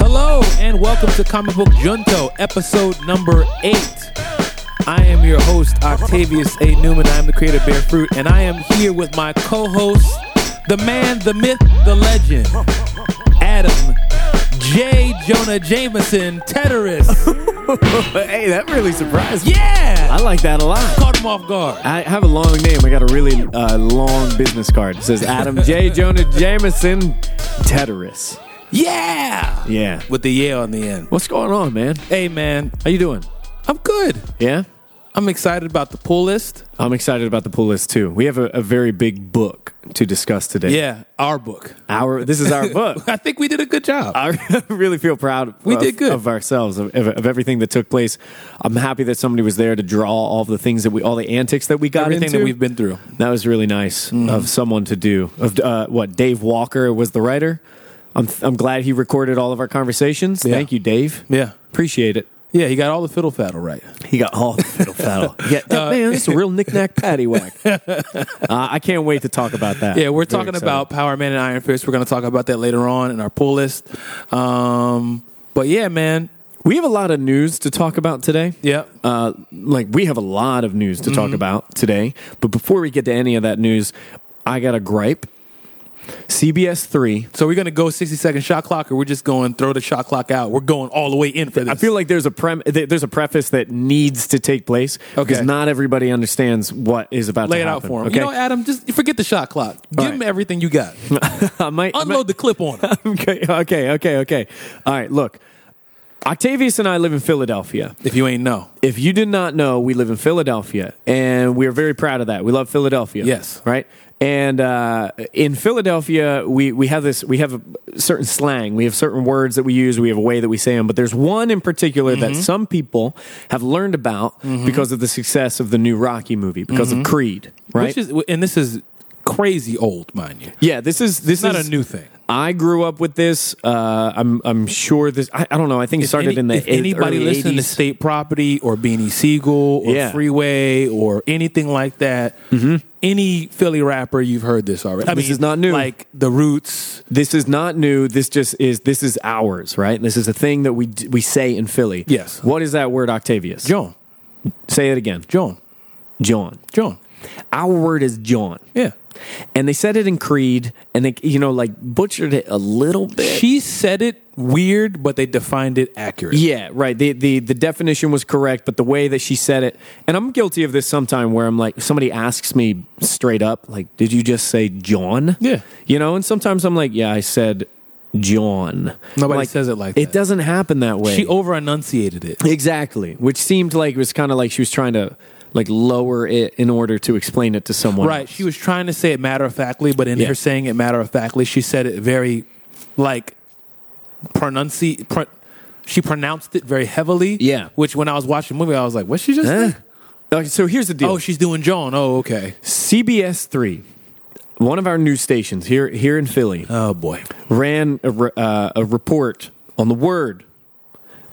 Hello and welcome to Comic Book Junto, episode number eight. I am your host, Octavius A. Newman. I am the creator of Bear Fruit, and I am here with my co host, the man, the myth, the legend, Adam J. Jonah Jameson, Teteris. hey, that really surprised me. Yeah! I like that a lot. Caught him off guard. I have a long name. I got a really uh, long business card. It says Adam J. Jonah Jameson Teteris. Yeah! Yeah. With the yeah on the end. What's going on, man? Hey, man, How you doing? I'm good. Yeah? I'm excited about the pull list. I'm excited about the pull list too. We have a, a very big book to discuss today. Yeah, our book. Our this is our book. I think we did a good job. I really feel proud. We of, did good. of ourselves of, of, of everything that took place. I'm happy that somebody was there to draw all the things that we, all the antics that we got Everything into. that we've been through. That was really nice of someone to do. Of uh, what Dave Walker was the writer. I'm I'm glad he recorded all of our conversations. Yeah. Thank you, Dave. Yeah. Appreciate it. Yeah, he got all the fiddle faddle right. He got all the fiddle faddle. Uh, yeah, that man, it's a real knick-knack paddywhack. uh, I can't wait to talk about that. Yeah, we're Very talking excited. about Power Man and Iron Fist. We're going to talk about that later on in our pull list. Um, but yeah, man. We have a lot of news to talk about today. Yeah. Uh, like we have a lot of news to talk about today. But before we get to any of that news, I got a gripe. CBS three So we're going to go 60 second shot clock or we're just going throw the shot clock out. We're going all the way in for this. I feel like there's a prem- th- there's a preface that needs to take place because Okay. not everybody understands what is about Lay to it out happen. for him. Okay, You know, Adam, just forget the shot clock. Give All right. him everything you got. I might- I might- Unload the clip on him. okay, okay, okay, okay. All right, look, Octavius and I live in Philadelphia. if you ain't know. If you did not know, we live in Philadelphia, and we are very proud of that. We love Philadelphia. Yes. right. And uh, in Philadelphia, we, we have this. We have a certain slang. We have certain words that we use. We have a way that we say them. But there's one in particular Mm-hmm. that some people have learned about because of the success of the new Rocky movie, because of Creed. Right? Mm-hmm. Which is, and this is crazy old, mind you. yeah. This is this It's not is a new thing. I grew up with this. Uh, I'm I'm sure this. I, I don't know. I think it started Any- in the if eight- anybody early listening 80s. to State Property or Beanie Siegel or Yeah. Mm-hmm. Freeway or anything like that, any Philly rapper, you've heard this already. I This mean, is not new. Like the Roots, This is not new. This just is. This is ours, right? This is a thing that we d- we say in Philly. Yes. What is that word, Octavius? Joan, Say it again. Joan, John. Joan. Our word is John, Yeah, and they said it in Creed, and they you know like butchered it a little bit. she said it weird, but they defined it accurate. Yeah, right. The, the the definition was correct, but the way that she said it, and I'm guilty of this sometime where I'm like, somebody asks me straight up, like, did you just say John? Yeah. You know, and sometimes I'm like, yeah, I said John. Nobody Like, says it like It that. doesn't happen that way. She over enunciated it. exactly. Which seemed like it was kind of like she was trying to like lower it in order to explain it to someone. Right. She was trying to say it matter of factly, but in Yeah. her saying it matter of factly, she said it very, like, pronunci. Pr- she pronounced it very heavily. Yeah. Which when I was watching the movie, I was like, "What she just?" Huh? did? Okay, so here's the deal. Oh, she's doing Joan. Oh, okay. CBS three, one of our news stations here here in Philly. Oh boy. ran a, re- uh, a report on the word.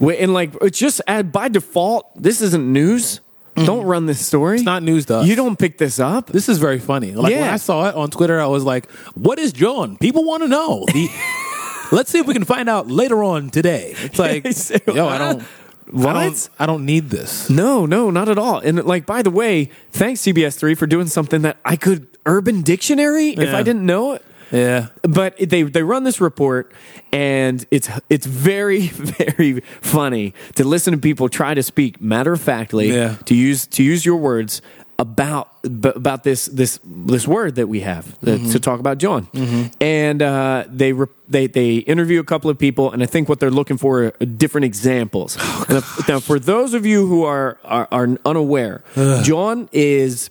Wh- And like, it's just ad, by default, this isn't news. Don't run this story. It's not news to us. You don't pick this up. This is very funny. Like when Yeah. I saw it on Twitter, I was like, "What is Joan?" People want to know. The- Let's see if we can find out later on today. It's like, Say yo, I what? don't, What? I don't, I don't need this. No, no, not at all. And like, by the way, thanks CBS three for doing something that I could Urban Dictionary if Yeah. I didn't know it. Yeah. but they they run this report and it's it's very very funny to listen to people try to speak matter of factly Yeah. to use to use your words about b- about this this this word that we have that- Mm-hmm. to talk about John and uh, they re- they they interview a couple of people and I think what they're looking for are different examples Oh, And if- now for those of you who are are, are unaware John is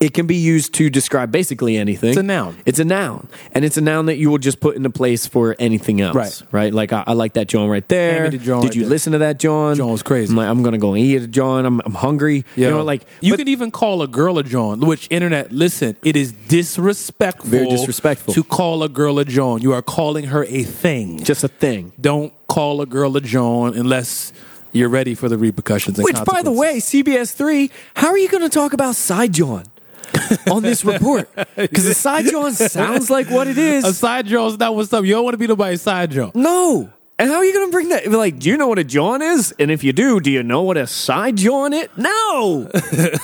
it can be used to describe basically anything. It's a noun. It's a noun, and it's a noun that you will just put into place for anything else. Right. Right. Like I, I like that John right there. Hand me the John Did right you there. listen to that John? John was crazy. I'm, like, I'm gonna go and eat a John. I'm, I'm hungry. Yo. You know, like you but- can even call a girl a John. Which internet? Listen, it is disrespectful. Very disrespectful. to call a girl a John. You are calling her a thing. just a thing. Don't call a girl a John unless you're ready for the repercussions. And Which, by the way, CBS three. How are you going to talk about side John? on this report because the side John sounds like what it is. A side draw is not what's up. You don't want to be nobody's side draw. No. And how are you going to bring that? Like, do you know what a John is? And if you do, do you know what a side John is? No.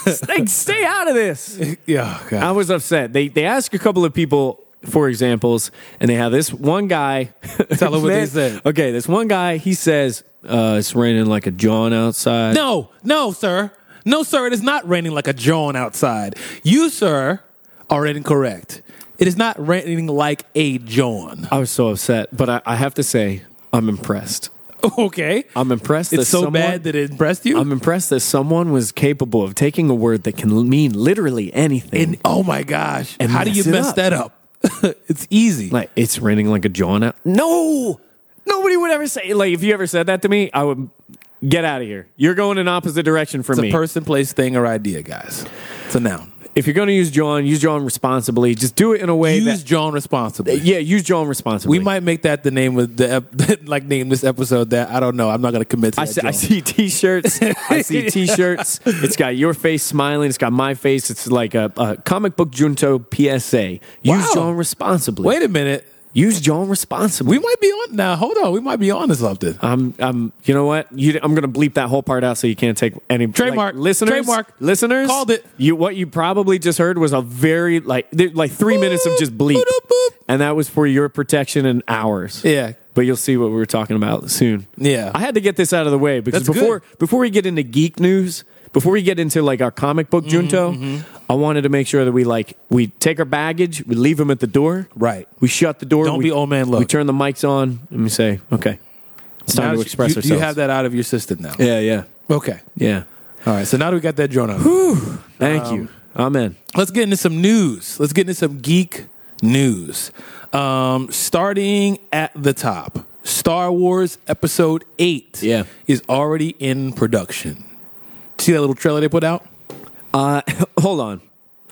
stay, stay out of this. Yeah, oh, I God. was upset. They they ask a couple of people for examples, and they have this one guy. Tell him what he said. Okay, this one guy he says uh, it's raining like a John outside. No, no, sir. No, sir. It is not raining like a John outside. You, sir, are incorrect. It is not raining like a John. I was so upset, but I, I have to say I'm impressed. Okay. I'm impressed. that It's so Um, someone- bad that it impressed you. I'm impressed that someone was capable of taking a word that can mean literally anything. and oh my gosh, And how do you mess it mess up. that up? it's easy. like it's raining like a John out. No, nobody would ever say like if you ever said that to me, I would get out of here. You're going in opposite direction from it's me. a person, place, thing, or idea, guys. It's a noun. if you're going to use John, use John responsibly. Just do it in a way Use that John responsibly. yeah, use John responsibly. we might make that the name of the ep- like name this episode. That I don't know. I'm not going to commit. To I that, see, I John. see T-shirts. I see T-shirts. It's got your face smiling. It's got my face. It's like a, a comic book Junto PSA. Use Wow. John responsibly. Wait a minute. Use John responsibly. We might be on now. Hold on. We might be on to something. I'm, I'm, you know what? You, I'm going to bleep that whole part out so you can't take any Trademark. like, listeners. Trademark. listeners Called it. You, what you probably just heard was a very like, there- like three minutes of just bleep, Boop, boop. and that was for your protection and ours. Yeah. But you'll see what we were talking about soon. Yeah. I had to get this out of the way because That's before before we get into geek news, before we get into like our comic book Mm-hmm, junto, I wanted to make sure that we like we take our baggage, we leave them at the door. Right. We shut the door. Don't we, be old man Look. We turn the mics on and we say, "Okay. It's time Now to you- express you, ourselves." You have that out of your system now. Yeah, yeah. Okay. Yeah. All right. So now that we got that drawn out. Thank Um, you. Amen. let's get into some news. Let's get into some geek news. Um, starting at the top, Star Wars Episode Eight Yeah. is already in production. See that little trailer they put out? Uh hold on.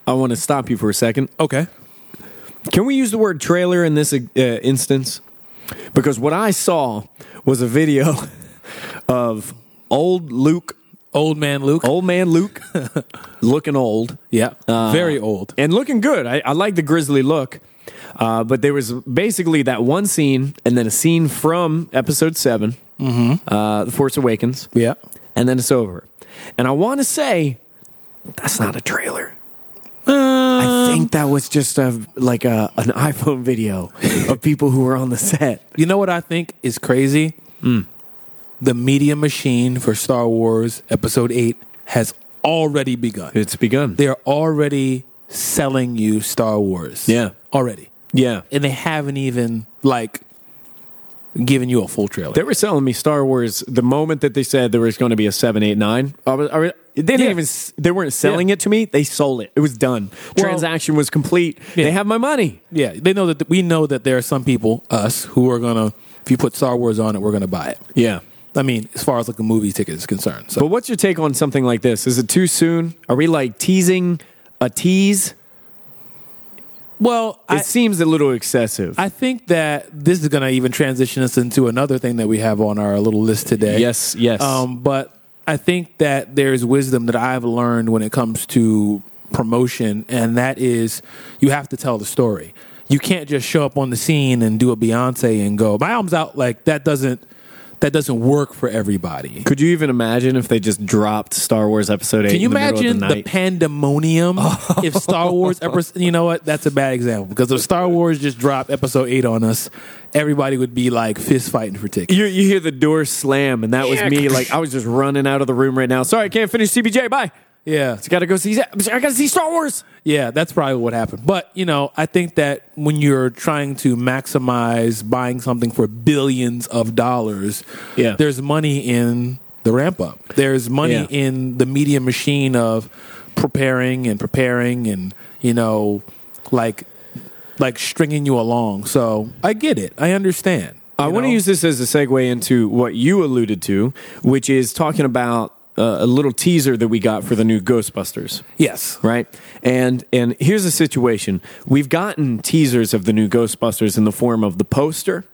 I want to stop you for a second. Okay. Can we use the word trailer in this uh, instance? Because what I saw was a video of old Luke, Old man Luke. old man Luke, looking old Yeah. Very old. and looking good. I, I like the grizzly look. Uh, but there was basically that one scene and then a scene from episode 7 uh, The Force Awakens, Yeah. and then it's over. And I want to say that's not a trailer. I think that was just a like a an iPhone video of people who were on the set. You know what I think is crazy? The media machine for Star Wars Episode 8 has already begun. It's begun. They're already selling you Star Wars. Yeah. Already. Yeah. And they haven't even, like, given you a full trailer. They were selling me Star Wars the moment that they said there was going to be a 789. I was, I was- they didn't Yeah. even s- they weren't selling it to me. They sold it. It was done. Well- Transaction was complete. They have my money. yeah. They know that we know that there are some people, us, who are going to, if you put Star Wars on it, we're going to buy it. Yeah. I mean, as far as like a movie ticket is concerned. So But what's your take on something like this? Is it too soon? Are we like teasing a tease? well, It seems a little excessive. I think that this is going to even transition us into another thing that we have on our little list today. Yes, yes. Um, but I think that there's wisdom that I've learned when it comes to promotion, and that is you have to tell the story. You can't just show up on the scene and do a Beyonce and go, "My album's out." Like that doesn't that doesn't work for everybody. Could you even imagine if they just dropped Star Wars Episode Eight? Can you in the middle of imagine the, the, night? pandemonium if Star Wars ever you know what? That's a bad example because if Star Wars just dropped episode 8 on us, everybody would be like fist fighting for tickets. you, you hear the door slam, and that was me. Like I was just running out of the room right now. Sorry, I can't finish CBJ. Bye. Yeah. Got to go see. I got to see Star Wars. Yeah, that's probably what happened. But, you know, I think that when you're trying to maximize buying something for billions of dollars, Yeah. there's money in the ramp up. There's money Yeah. in the media machine of preparing and preparing and, you know, like like stringing you along. So, I get it. I understand. I you want to know? use this as a segue into what you alluded to, which is talking about uh, a little teaser that we got for the new Ghostbusters. Yes. right? And and here's the situation: we've gotten teasers of the new Ghostbusters in the form of the poster.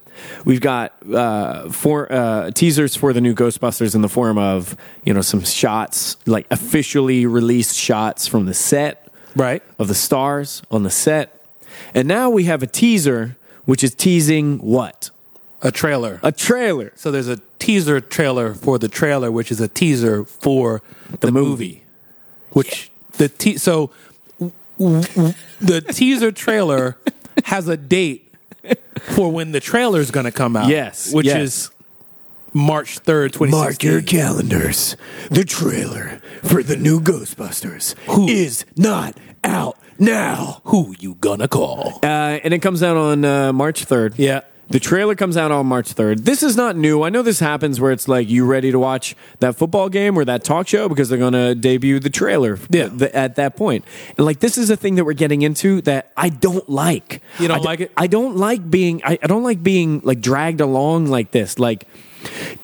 We've got uh, for uh, teasers for the new Ghostbusters in the form of you know some shots, like officially released shots from the set. Right. of the stars on the set. And now we have a teaser, which is teasing what? A trailer. A trailer. so there's a teaser trailer for the trailer, which is a teaser for the, movie. Which the te- so w- w- the teaser trailer has a date for when the trailer's going to come out. Yes, which yes. is March third, twenty Mark your sixteen. calendars. The trailer for the new Ghostbusters is not out now. Who you gonna call? Uh, and it comes out on uh, March 3rd. Yeah. The trailer comes out on March 3rd. This is not new. I know this happens where it's like, you ready to watch that football game or that talk show because they're going to debut the trailer Yeah. th- at that point. And like, this is a thing that we're getting into that I don't like. You don't I d- like it? I don't like being, I, I don't like being like dragged along like this. Like,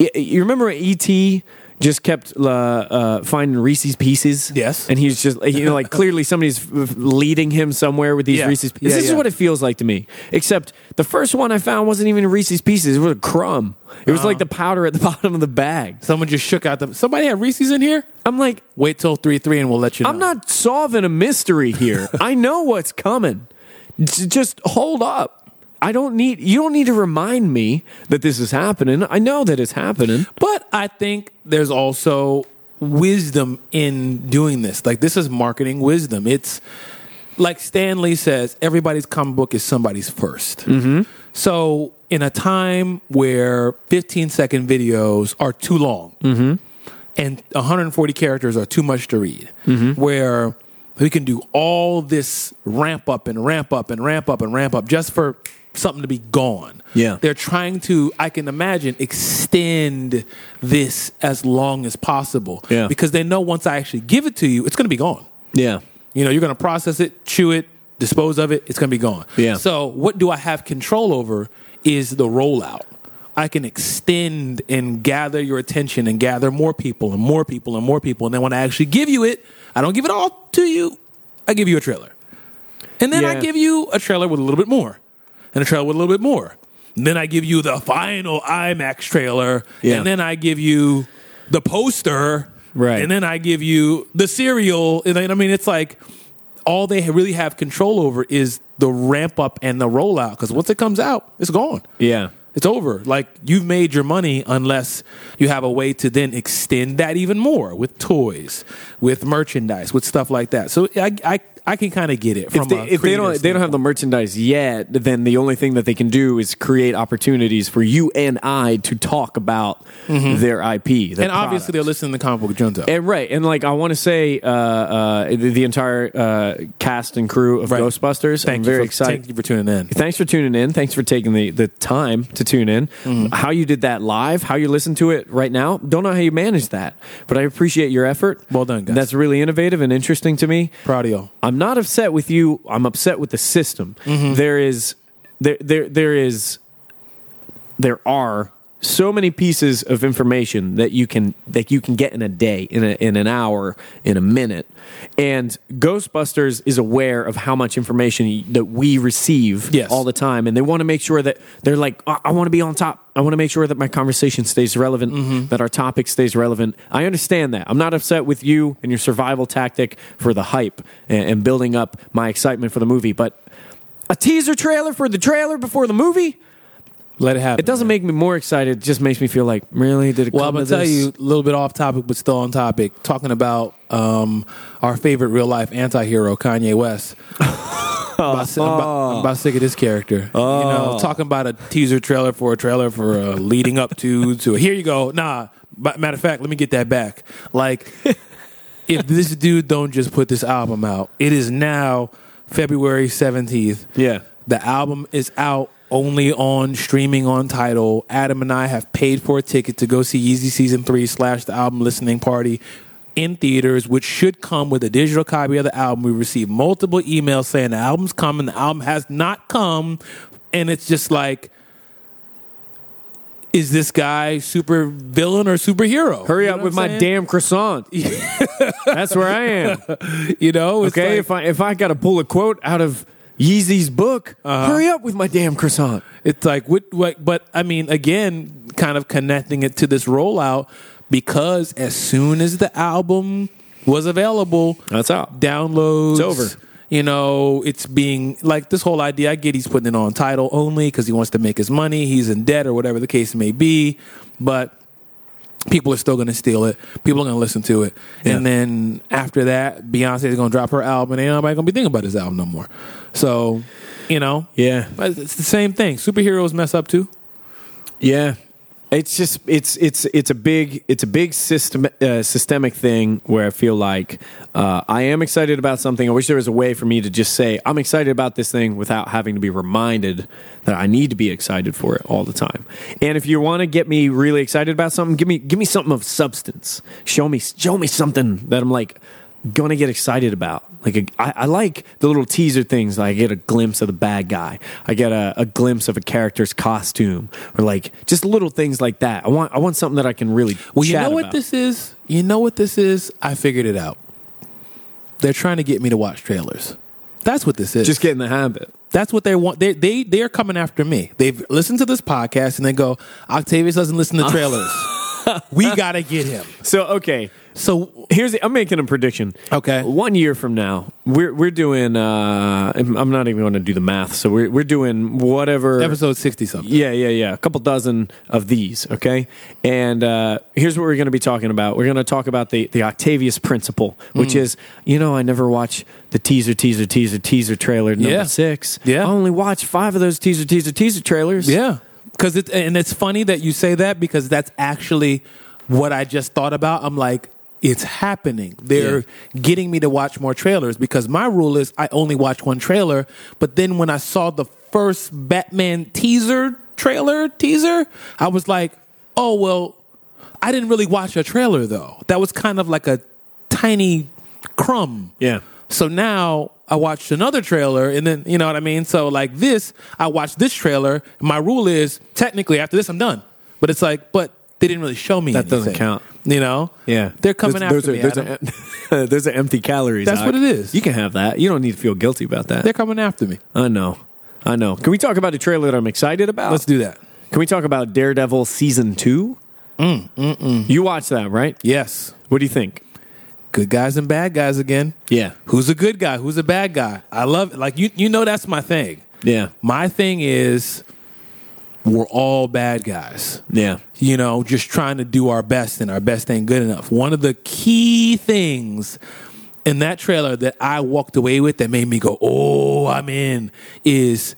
y- you remember E.T.? Just kept uh, uh, finding Reese's pieces. Yes. and he's just you know like clearly somebody's f- leading him somewhere with these Yeah. Reese's Yeah, pieces. This is yeah. what it feels like to me. Except the first one I found wasn't even Reese's pieces; it was a crumb. It was like the powder at the bottom of the bag. Someone just shook out the. Somebody had Reese's in here. I'm like, Wait till three three, and we'll let you. know. I'm not solving a mystery here. I know what's coming. J- Just hold up. I don't need you don't need to remind me that this is happening. I know that it's happening. But I think there's also wisdom in doing this. Like this is marketing wisdom. It's like Stan Lee says, everybody's comic book is somebody's 1st Mm-hmm. So in a time where 15 second videos are too long Mm-hmm. and 140 characters are too much to read, Mm-hmm. where we can do all this ramp up and ramp up and ramp up and ramp up just for something to be gone. Yeah. They're trying to, I can imagine, extend this as long as possible. Yeah. Because they know once I actually give it to you, it's going to be gone. Yeah. You know, you're going to process it, chew it, dispose of it, it's going to be gone. Yeah. So, what do I have control over is the rollout. I can extend and gather your attention and gather more people and more people and more people. And then when I actually give you it, I don't give it all to you, I give you a trailer. And then I Yeah. give you a trailer with a little bit more, and a trailer with a little bit more. And then I give you the final IMAX trailer, Yeah. and then I give you the poster, Right. And then I give you the serial. And then, I mean, it's like all they really have control over is the ramp up and the rollout. Because once it comes out, it's gone. Yeah. It's over. Like you've made your money unless you have a way to then extend that even more with toys, with merchandise, with stuff like that. So I I, I can kind of get it from if they, a if they don't creative they don't have the merchandise yet, then the only thing that they can do is create opportunities for you and I to talk about their IP. and obviously they're listening to comic book junto. and right, and like I want to say, uh, uh, the, the entire uh, cast and crew of Right. Ghostbusters. I'm Thank very you for, excited. Thank you for tuning in. Thanks for tuning in. Thanks for taking the, the time to tune in. Mm-hmm. How you did that live, how you listen to it right now. Don't know how you managed that, but I appreciate your effort. Well done, guys. That's really innovative and interesting to me. Proud of y'all. I'm not upset with you. I'm upset with the system. Mm-hmm. There is there there there is there are so many pieces of information that you can that you can get in a day, in a, in an hour, in a minute. And Ghostbusters is aware of how much information that we receive Yes. all the time, and they want to make sure that they're like, I, I want to be on top. I want to make sure that my conversation stays relevant, that our topic stays relevant. I understand that. I'm not upset with you and your survival tactic for the hype and, and building up my excitement for the movie, but a teaser trailer for the trailer before the movie. Let it happen. It doesn't make me more excited. It just makes me feel like, really? Did it Well, I'm gonna come to tell this? you a little bit off topic, but still on topic. Talking about um, our favorite real life anti-hero, Kanye West. I'm, about, si- I'm about- I'm about sick of this character. You Oh. know, talking about a teaser trailer for a trailer for a leading up to to. Here you go. Nah. But matter of fact, let me get that back. Like, if this dude don't just put this album out, it is now February seventeenth. Yeah. The album is out only on streaming on title. Adam and I have paid for a ticket to go see Yeezy Season 3 slash the album listening party in theaters, which should come with a digital copy of the album. We received multiple emails saying the album's coming, the album has not come. And it's just like, is this guy super villain or superhero? Hurry You know up what with I'm my saying? damn croissant. That's where I am. You know, it's Okay, like- if I if I got to pull a quote out of Yeezy's book, hurry up with my damn croissant. It's like what, what but I mean again kind of connecting it to this rollout because as soon as the album was available. That's out. Downloads. It's over. You know, it's being like this whole idea. I get he's putting it on title only because he wants to make his money. He's in debt or whatever the case may be, but people are still going to steal it. People are going to listen to it, and then after that, Beyonce is going to drop her album, and ain't nobody going to be thinking about his album no more. So, you know, Yeah. but it's the same thing. Superheroes mess up too. Yeah, it's just it's it's it's a big it's a big system uh, systemic thing where I feel like uh, I am excited about something. I wish there was a way for me to just say I'm excited about this thing without having to be reminded that I need to be excited for it all the time. And if you want to get me really excited about something, give me give me something of substance. Show me show me something that I'm like gonna get excited about. Like a, I, I like the little teaser things. Like I get a glimpse of the bad guy. I get a, a glimpse of a character's costume, or like just little things like that. I want I want something that I can really. Well, you chat know what about. this is? You know what this is? I figured it out. They're trying to get me to watch trailers. That's what this is. Just get in the habit. That's what they want. They they they are coming after me. They've listened to this podcast and they go, Octavius doesn't listen to trailers. we gotta get him. So okay, So here's the, I'm making a prediction. Okay. one year from now, we're we're doing. Uh, I'm I'm not even going to do the math. So we're we're doing whatever episode sixty something. Yeah, yeah, yeah. A couple dozen of these, okay? And uh, here's what we're going to be talking about. We're going to talk about the, the Octavius principle, which Mm. is, you know, I never watch the teaser, teaser, teaser, teaser trailer number Yeah. six. Yeah. I only watch five of those teaser, teaser, teaser trailers. Yeah, because it and it's funny that you say that because that's actually what I just thought about. I'm like, it's happening. They're getting me to watch more trailers because my rule is I only watch one trailer. But then when I saw the first Batman teaser trailer teaser, I was like, oh well, I didn't really watch a trailer though. That was kind of like a tiny crumb. Yeah. So now I watched another trailer, and then you know what I mean. So like this, I watched this trailer. My rule is technically after this, I'm done. But it's like, but they didn't really show me That doesn't anything, count. You know? Yeah. they're coming those, after those are, me. Those Adam. are, those are empty calories. That's Ock. what it is. You can have that. You don't need to feel guilty about that. They're coming after me. I know. I know. Can we talk about a trailer that I'm excited about? Let's do that. Can we talk about Daredevil season two? Mm, mm, mm. You watched that, right? Yes, What do you think? good guys and bad guys again. Yeah. Who's a good guy? Who's a bad guy? I love like you. You know that's my thing. Yeah. My thing is we're all bad guys. Yeah. you know, just trying to do our best and our best ain't good enough. One of the key things in that trailer that I walked away with that made me go, oh, I'm in is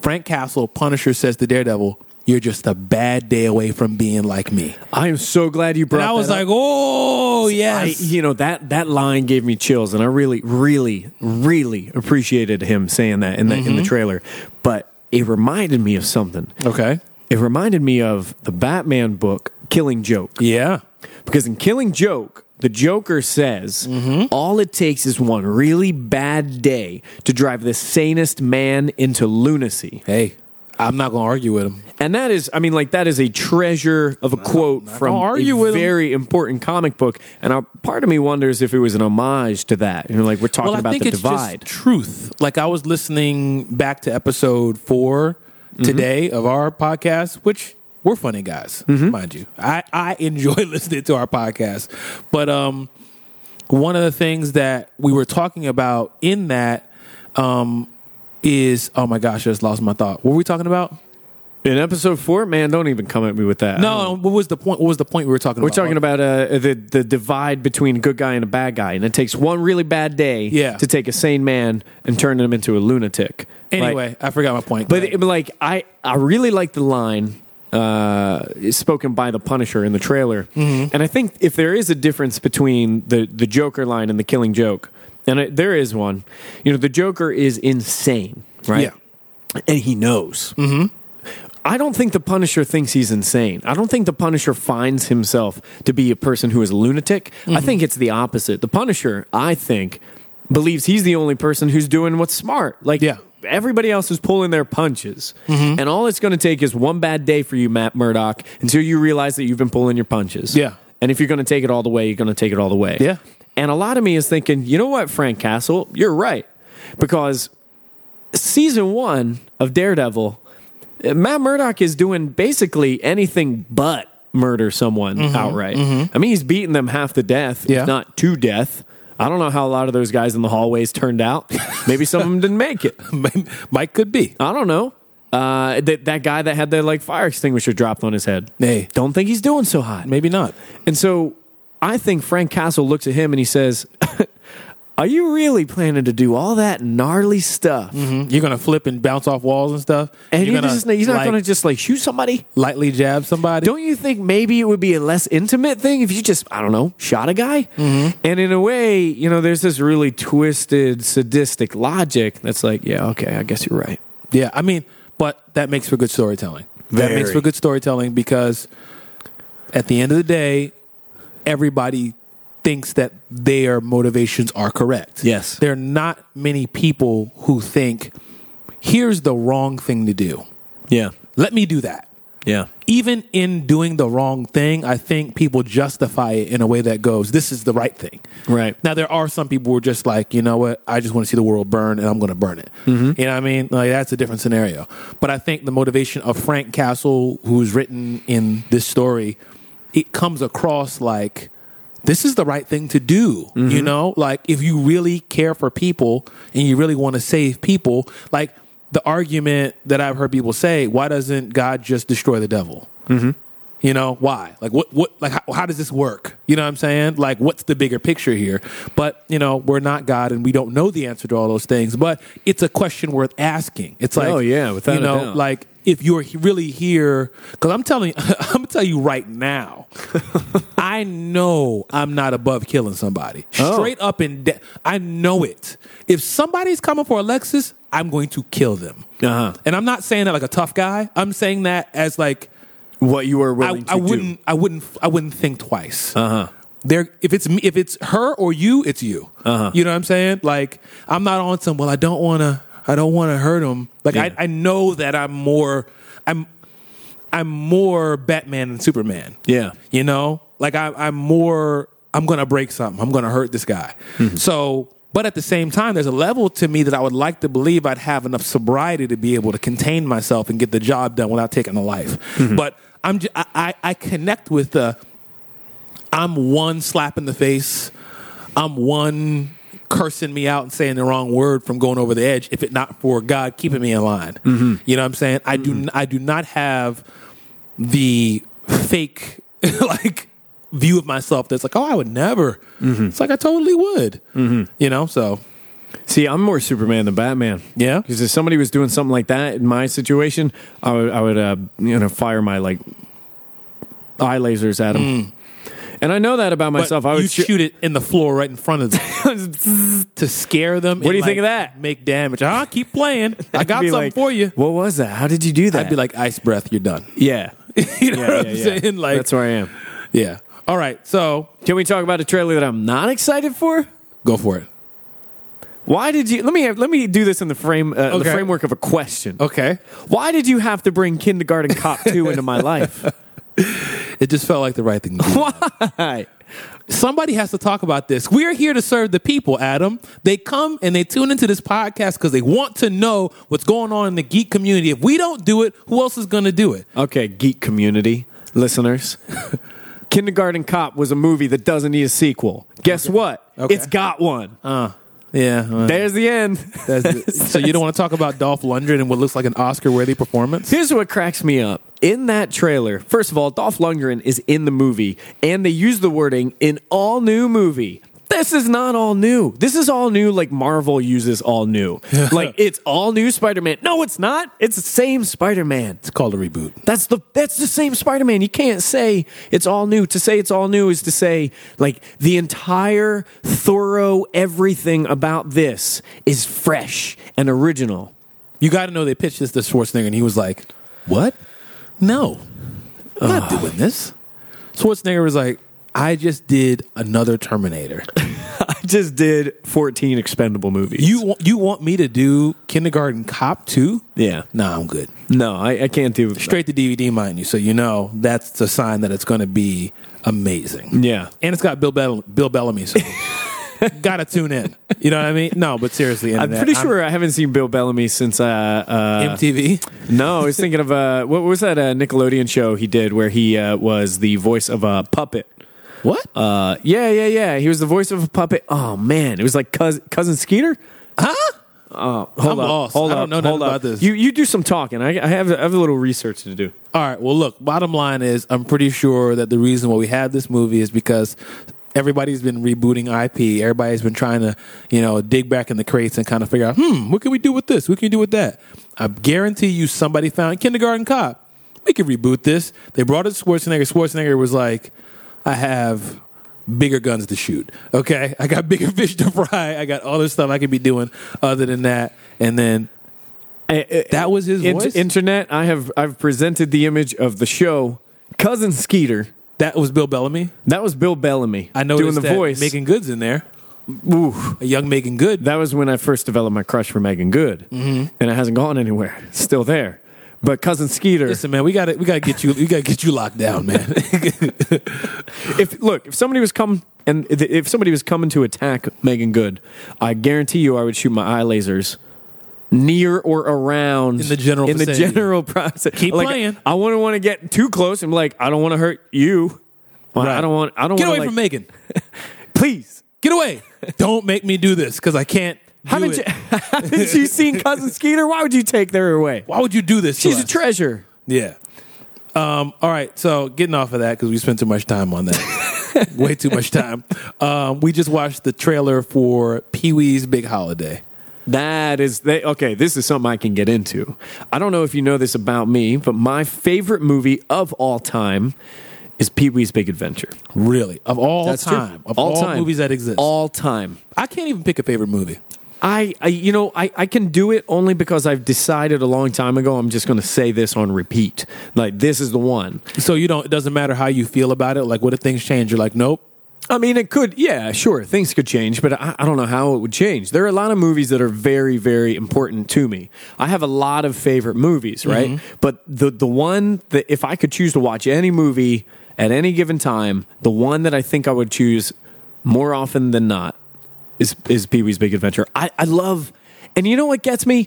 Frank Castle, Punisher says to Daredevil, you're just a bad day away from being like me. I am so glad you brought And I was that like, up. oh, yes. I, you know, that, that line gave me chills, and I really, really, really appreciated him saying that in the, in Mm-hmm. the trailer. But it reminded me of something. okay. It reminded me of the Batman book, Killing Joke. Yeah. Because in Killing Joke, the Joker says Mm-hmm. all it takes is one really bad day to drive the sanest man into lunacy. Hey, I'm not going to argue with him. And that is, I mean, like that is a treasure of a quote from gonna argue a with 'em. very important comic book. And I, part of me wonders if it was an homage to that. You know, like we're talking well, I about think the it's divide. Just truth. Like I was listening back to episode 4 Mm-hmm. today of our podcast, which we're funny guys, Mm-hmm. mind you. I, I enjoy listening to our podcast. But um one of the things that we were talking about in that um is oh my gosh, I just lost my thought. What were we talking about? in episode four, man, don't even come at me with that. I don't- No, what was the point? What was the point we were talking We're about? talking about uh, the the divide between a good guy and a bad guy, and it takes one really bad day Yeah. to take a sane man and turn him into a lunatic. Like, anyway. I forgot my point. But it, like I, I really like the line uh, spoken by the Punisher in the trailer, and I think if there is a difference between the the Joker line and the Killing Joke, and it, there is one, you know, the Joker is insane, right? and he knows. Mm-hmm. I don't think the Punisher thinks he's insane. I don't think the Punisher finds himself to be a person who is a lunatic. I Mm-hmm. think it's the opposite. The Punisher, I think, believes he's the only person who's doing what's smart. Like, Yeah. Mm-hmm. everybody else is pulling their punches. And all it's going to take is one bad day for you, Matt Murdock, until you realize that you've been pulling your punches. Yeah. And if you're going to take it all the way, you're going to take it all the way. Yeah. And a lot of me is thinking, you know what, Frank Castle, you're right. Because season one of Daredevil, Matt Murdock is doing basically anything but murder someone outright. I mean, he's beaten them half to death, Mm-hmm. Yeah. if not to death. I don't know how a lot of those guys in the hallways turned out. Maybe some of them didn't make it. Mike could be. I don't know. Uh, that that guy that had the like fire extinguisher dropped on his head. Hey. don't think he's doing so hot. Maybe not. And so I think Frank Castle looks at him and he says, "Are you really planning to do all that gnarly stuff?" You're gonna flip and bounce off walls and stuff. And you're you're just, he's not like, going to just like shoot somebody. lightly jab somebody. Don't you think maybe it would be a less intimate thing if you just, I don't know, shot a guy? And in a way, you know, there's this really twisted, sadistic logic that's like, yeah, okay, I guess you're right. Yeah, I mean, but that makes for good storytelling. That Very. makes for good storytelling because at the end of the day, everybody thinks that their motivations are correct. Yes. There are not many people who think, here's the wrong thing to do. Yeah, Let me do that. yeah, Even in doing the wrong thing, I think people justify it in a way that goes, this is the right thing. right. Now there are some people who are just like, you know what? I just want to see the world burn, and I'm going to burn it. You know what I mean? Like that's a different scenario. But I think the motivation of Frank Castle, who's written in this story, it comes across like this is the right thing to do. You know, like if you really care for people and you really want to save people, like the argument that I've heard people say, why doesn't God just destroy the devil? You know why? Like what? What? Like how, how does this work? You know what I'm saying? Like what's the bigger picture here? But you know we're not God and we don't know the answer to all those things. But it's a question worth asking. It's like Oh, yeah, without you a know doubt. like if you're he- really here because I'm telling I'm gonna tell you right now. I know I'm not above killing somebody Oh. straight up and de- I know it. If somebody's coming for Alexis, I'm going to kill them. Uh-huh. And I'm not saying that like a tough guy. I'm saying that as like. What you were I, willing I to wouldn't. I wouldn't. I wouldn't think twice. do. Uh huh. There, if it's me, if it's her or you, it's you. Uh-huh. You know what I'm saying? Like I'm not on some. Well, I don't want to. I don't want to hurt him. Like Yeah. I, I know that I'm more. I'm. I'm more Batman than Superman. Yeah. You know, like I, I'm more. I'm gonna break something. I'm gonna hurt this guy. So, but at the same time, there's a level to me that I would like to believe I'd have enough sobriety to be able to contain myself and get the job done without taking a life. But I'm. J- I, I I connect with the. I'm one slap in the face. I'm one cursing me out and saying the wrong word from going over the edge if it not for God keeping me in line. You know what I'm saying? I do I do not have the fake like view of myself that's like, "Oh, I would never." Mm-hmm. It's like I totally would. You know, so See, I'm more Superman than Batman. Yeah? because if somebody was doing something like that in my situation, I would, I would, uh, you know, fire my like eye lasers at him. And I know that about but myself. I would you Mm. shoot. shoot it in the floor right in front of them to scare them. What do you think of that? Make damage. Ah, keep playing. I got be something like, for you. What was that? How did you do that? I'd be like, ice breath. You're done. yeah, you know what I'm yeah, yeah. saying? Like, that's where I am. yeah. All right. So Can we talk about a trailer that I'm not excited for? Go for it. Why did you let me have, let me do this in the frame uh, the Okay. framework of a question? Okay. Why did you have to bring Kindergarten Cop two into my life? It just felt like the right thing to do. Why? Somebody has to talk about this. We are here to serve the people, Adam. They come and they tune into this podcast because they want to know what's going on in the geek community. If we don't do it, who else is going to do it? Okay, geek community listeners. Kindergarten Cop was a movie that doesn't need a sequel. Guess what? Okay. Uh-huh. It's got one. Yeah. There's the end. so you don't want to talk about Dolph Lundgren and what looks like an Oscar-worthy performance? Here's what cracks me up. In that trailer, first of all, Dolph Lundgren is in the movie, and they use the wording "in all new movie." This is not all new. This is all new, like Marvel uses all new. like it's all new Spider-Man. No, it's not. It's the same Spider-Man. It's called a reboot. That's the that's the same Spider-Man. You can't say it's all new. To say it's all new is to say like the entire thorough everything about this is fresh and original. You got to know they pitched this to Schwarzenegger, and he was like, "What? No, I'm not doing this." Schwarzenegger was like, "I just did another Terminator." I just did 14 expendable movies. You want you want me to do Kindergarten Cop too? yeah. Nah, I'm good. No, I, I can't do Straight to DVD, mind you. So you know that's a sign that it's going to be amazing. Yeah. And it's got Bill Bell- Bill Bellamy. So gotta tune in. You know what I mean? No, but seriously, I'm internet, pretty sure I haven't seen Bill Bellamy since. Uh, uh, MTV. no, I was thinking of uh, what was that uh, Nickelodeon show he did where he uh, was the voice of a puppet. What? Uh, yeah, yeah, yeah. He was the voice of a puppet. Oh man, it was like cousin, cousin Skeeter. huh? Oh, hold I'm up, lost. hold I up, don't know nothing hold up. about this. You you do some talking. I, I have I have a little research to do. All right. Well, look. Bottom line is, I'm pretty sure that the reason why we have this movie is because everybody's been rebooting IP. Everybody's been trying to, you know, dig back in the crates and kind of figure out, hmm, what can we do with this? What can we do with that? I guarantee you, somebody found Kindergarten Cop. We could reboot this. They brought it to Schwarzenegger. Schwarzenegger was like, I have bigger guns to shoot. Okay, I got bigger fish to fry. I got all this stuff I could be doing other than that. And then that was his In- voice. Uh, internet, I have I've presented the image of the show cousin Skeeter. that was Bill Bellamy. That was Bill Bellamy. I know doing the voice. Megan Good's in there. Ooh, A young Megan Good. that was when I first developed my crush for Megan Good, mm-hmm. and it hasn't gone anywhere. It's still there, but cousin Skeeter. Listen, man, we got to we got to get you we got to get you locked down, man. if look, if somebody was come and th- if somebody was coming to attack Megan Good, I guarantee you, I would shoot my eye lasers near or around In the general in the vicinity. general process. Keep Like, playing. I wouldn't want to get too close. and be like, I don't want to hurt you. Well, Right. I don't want. I don't get want away from Megan. Please. Get away. Don't make me do this cuz I can't do Haven't it. you, haven't you seen Cousin Skeeter? Why would you take her away? Why would you do this? to She's a us? treasure. Yeah. Um, all right, so getting off of that because we spent too much time on that. Way too much time. Um, we just watched the trailer for Pee Wee's Big Holiday. That is they okay, this is something I can get into. I don't know if you know this about me, but my favorite movie of all time is Pee-wee's Big Adventure. Really, of all true. time, of all, movies that exist, All time. I can't even pick a favorite movie. I, I you know, I, I can do it only because I've decided a long time ago I'm just gonna say this on repeat. Like this is the one. So you don't. It doesn't matter how you feel about it. Like, what if things change? You're like, nope. I mean, it could, yeah, sure, things could change, but I, I don't know how it would change. There are a lot of movies that are very, very important to me. I have a lot of favorite movies, right? But the the one that if I could choose to watch any movie at any given time, the one that I think I would choose more often than not is is Pee Wee's Big Adventure. I, I love, and you know what gets me?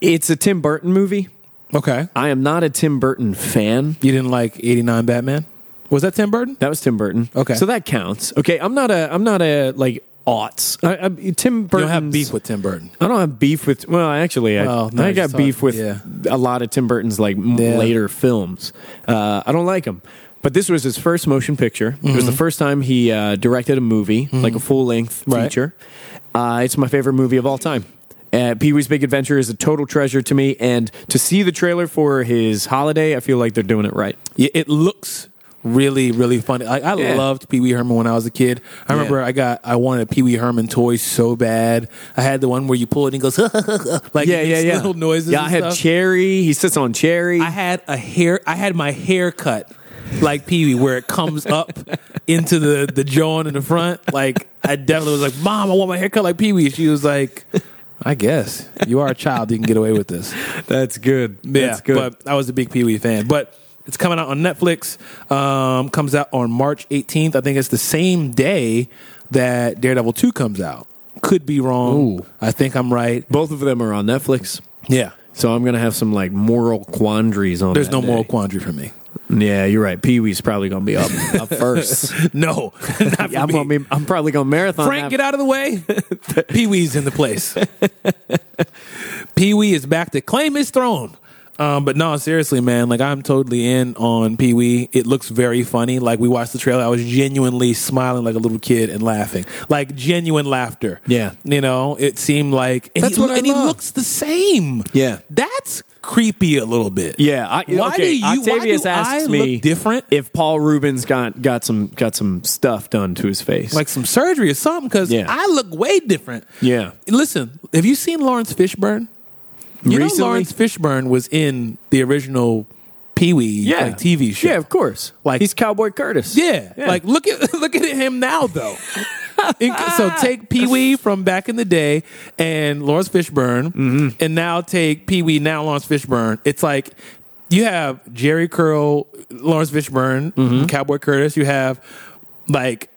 It's a Tim Burton movie. Okay. I am not a Tim Burton fan. You didn't like '89 Batman? Was that Tim Burton? That was Tim Burton. Okay. so that counts. Okay, I'm not a I'm not a like aughts. I, I, You Tim Burton. don't have beef with Tim Burton. I don't have beef with. Well, actually, I, Oh, no, I you got just beef thought- with yeah. a lot of Tim Burton's like m Yeah. later films. Uh, I don't like him. But this was his first motion picture. It Mm-hmm. was the first time he uh, directed a movie, like a full length Right. feature. Uh, it's my favorite movie of all time. Uh, Pee Wee's Big Adventure is a total treasure to me, and to see the trailer for his holiday, I feel like they're doing it right. Yeah, it looks really, really funny. Like I Yeah. loved Pee Wee Herman when I was a kid. I remember I got I wanted a Pee Wee Herman toy so bad. I had the one where you pull it and it goes like Yeah, yeah, makes yeah. little noises. Yeah, I and had stuff. cherry. He sits on cherry. I had a hair. I had my hair cut like Pee Wee, where it comes up into the the joint in the front. Like I definitely was like, "Mom, I want my hair cut like Pee Wee." She was like, "I guess you are a child. You can get away with this." That's good. Yeah, but I was a big Pee Wee fan. But it's coming out on Netflix. Um, comes out on March 18th. I think it's the same day that Daredevil 2 comes out. Could be wrong. Ooh. I think I'm right. Both of them are on Netflix. Yeah. So I'm gonna have some like moral quandaries on. There's that no day. moral quandary for me. Yeah, you're right. Pee Wee's probably gonna be up, up first. No, not for Yeah, I'm, me. gonna be, I'm probably gonna marathon. Frank, get out of the way. Pee Wee's in the place. Pee Wee is back to claim his throne. Um, but no, seriously, man, like I'm totally in on Pee Wee. It looks very funny. Like we watched the trailer, I was genuinely smiling like a little kid and laughing, like genuine laughter. Yeah. you know, it seemed like and That's he, what I and he love. looks the same. Yeah. that's creepy a little bit. Yeah. I, why okay, do you? Octavius why do asks I me look different? if Paul Rubens got got some got some stuff done to his face. like some surgery or something because Yeah. I look way different. Yeah. Listen, have you seen Lawrence Fishburne? You Recently? know Lawrence Fishburne was in the original Pee Wee yeah, like, TV show. Yeah, of course. Like- he's Cowboy Curtis. Yeah. Like look at look at him now though. In- so take Pee Wee from back in the day and Lawrence Fishburne, Mm-hmm. and now take Pee Wee now Lawrence Fishburne. It's like you have Mm-hmm. Jerry Curl, Lawrence Fishburne, Cowboy Curtis. You have like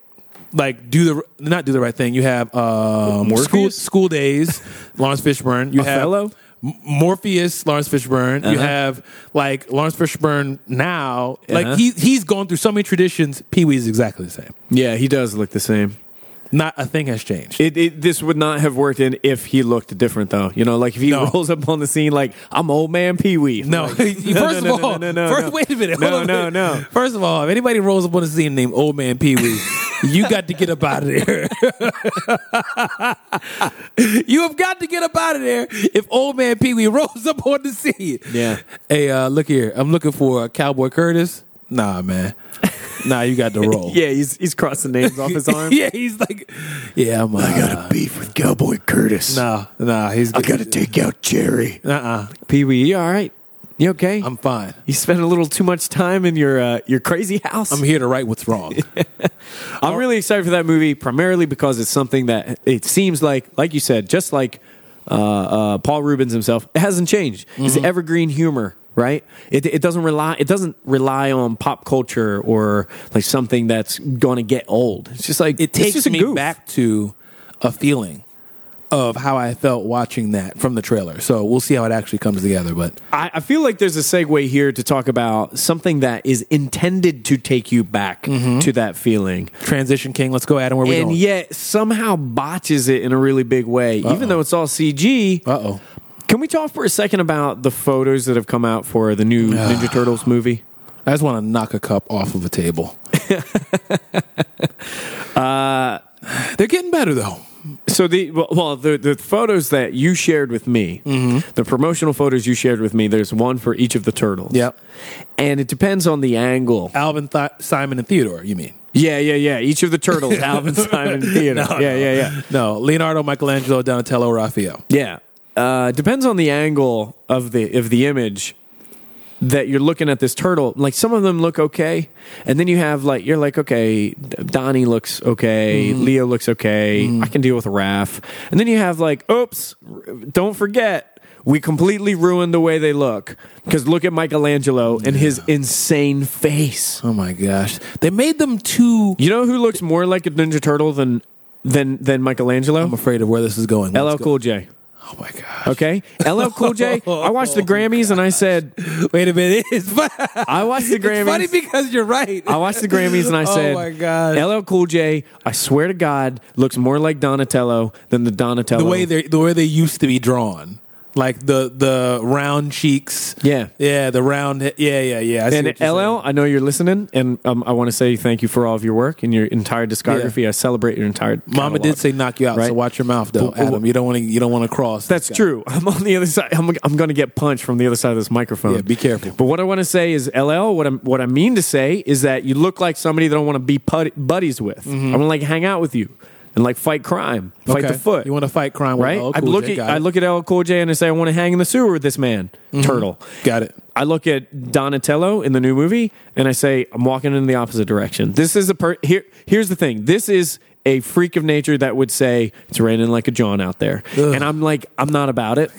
like do the not do the right thing. You have um, Morpheus? school school days, Lawrence Fishburne. You Othello? have M- Morpheus, Lawrence Fishburne. You Uh-huh. have like Lawrence Fishburne now. Uh-huh. Like he he's gone through so many traditions. Pee Wee's exactly the same. Yeah, he does look the same. Not a thing has changed. It, it this would not have worked in if he looked different though. You know, like if he No. rolls up on the scene like I'm old man Pee Wee. No. Like, first of no, no, all, no, no, first, no. wait a minute. No, hold on a no, minute. no. First of all, if anybody rolls up on a scene named Old Man Pee Wee, you got to get up out of there. you have got to get up out of there if Old Man Pee Wee rolls up on the scene. Yeah. Hey, uh, look here. I'm looking for uh, Cowboy Curtis. Nah, man. Nah, you got to roll. Yeah, he's he's crossing names off his arm. yeah, he's like, yeah, I'm. Uh, I got a beef with Cowboy Curtis. Nah, nah, he's. I got to take out Jerry. Uh, uh Pee Wee, you all right? You okay? I'm fine. you spent a little too much time in your uh, your crazy house. I'm here to right what's wrong. I'm really excited for that movie, primarily because it's something that it seems like, like you said, just like uh, uh, Paul Rubens himself, it hasn't changed. It's Mm-hmm. evergreen humor, right? It, it doesn't rely it doesn't rely on pop culture or like something that's going to get old. It's just like it it's takes just a me goof. back to a feeling of how I felt watching that from the trailer. So we'll see how it actually comes together. But I, I feel like there's a segue here to talk about something that is intended to take you back to that feeling. transition king, let's go, Adam. Where Mm-hmm. we and going? yet somehow botches it in a really big way, even though it's all CG. uh oh, Can we talk for a second about the photos that have come out for the new Ninja Turtles movie? I just want to knock a cup off of a table. Uh, they're getting better though. So the well, well the the photos that you shared with me, the promotional photos you shared with me. There's one for each of the turtles. Yep. and it depends on the angle. Alvin, Th- Simon, and Theodore. You mean? Yeah, yeah, yeah. Each of the turtles, Alvin, Simon, Theodore. No, yeah, no. yeah, yeah, No, Leonardo, Michelangelo, Donatello, Raphael. yeah. Uh, depends on the angle of the of the image that you're looking at this turtle. Like some of them look okay, and then you have like you're like okay, Donnie looks okay, Leo looks okay. I can deal with Raph, and then you have like oops, r- don't forget we completely ruined the way they look because look at Michelangelo and his insane face. Oh my gosh, they made them too. You know who looks more like a Ninja Turtle than than than Michelangelo? I'm afraid of where this is going. LL Let's go. Cool J. Oh my gosh. Okay, LL Cool J. I watched the Oh, Grammys and I said, Wait a minute. It's fu- I watched the It's funny Grammys. because you're right. I watched the Grammys and I Oh said, my gosh. LL Cool J. I swear to God, looks more like Donatello than the Donatello. the way they the way they used to be drawn, like the the round cheeks. Yeah. yeah, the round. he- Yeah, yeah, yeah. I see and what LL, you're saying. I know you're listening, and um, I want to say thank you for all of your work and your entire discography. I celebrate your entire. Mama catalog. did say knock you out, Right. so watch your mouth though, But- but- Adam. You don't want to you don't want to cross. That's this guy. true. I'm on the other side. I'm, I'm going to get punched from the other side of this microphone. Yeah, be careful. But what I want to say is, LL. What I what I mean to say is that you look like somebody that I want to be pud- buddies with. I want to like hang out with you and like fight crime, fight Mm-hmm. Okay. the foot. You want to fight crime? right? With LL I Cool look J, at got I it. Mm-hmm. look at LL Cool J and I say I want to hang in the sewer with this man, turtle. Got it. I look at Donatello in the new movie and I say I'm walking in the opposite direction. This is a per- here. Here's the thing. This is a freak of nature that would say it's raining like a John out there, and I'm like I'm not about it.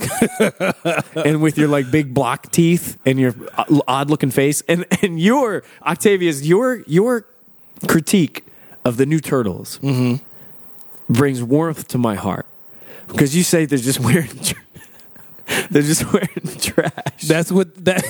and with your like big block teeth and your uh, odd looking face, and and your Octavius, your your critique of the new turtles brings warmth to my heart because you say they're just wearing. Tr- they're just wearing trash. That's what that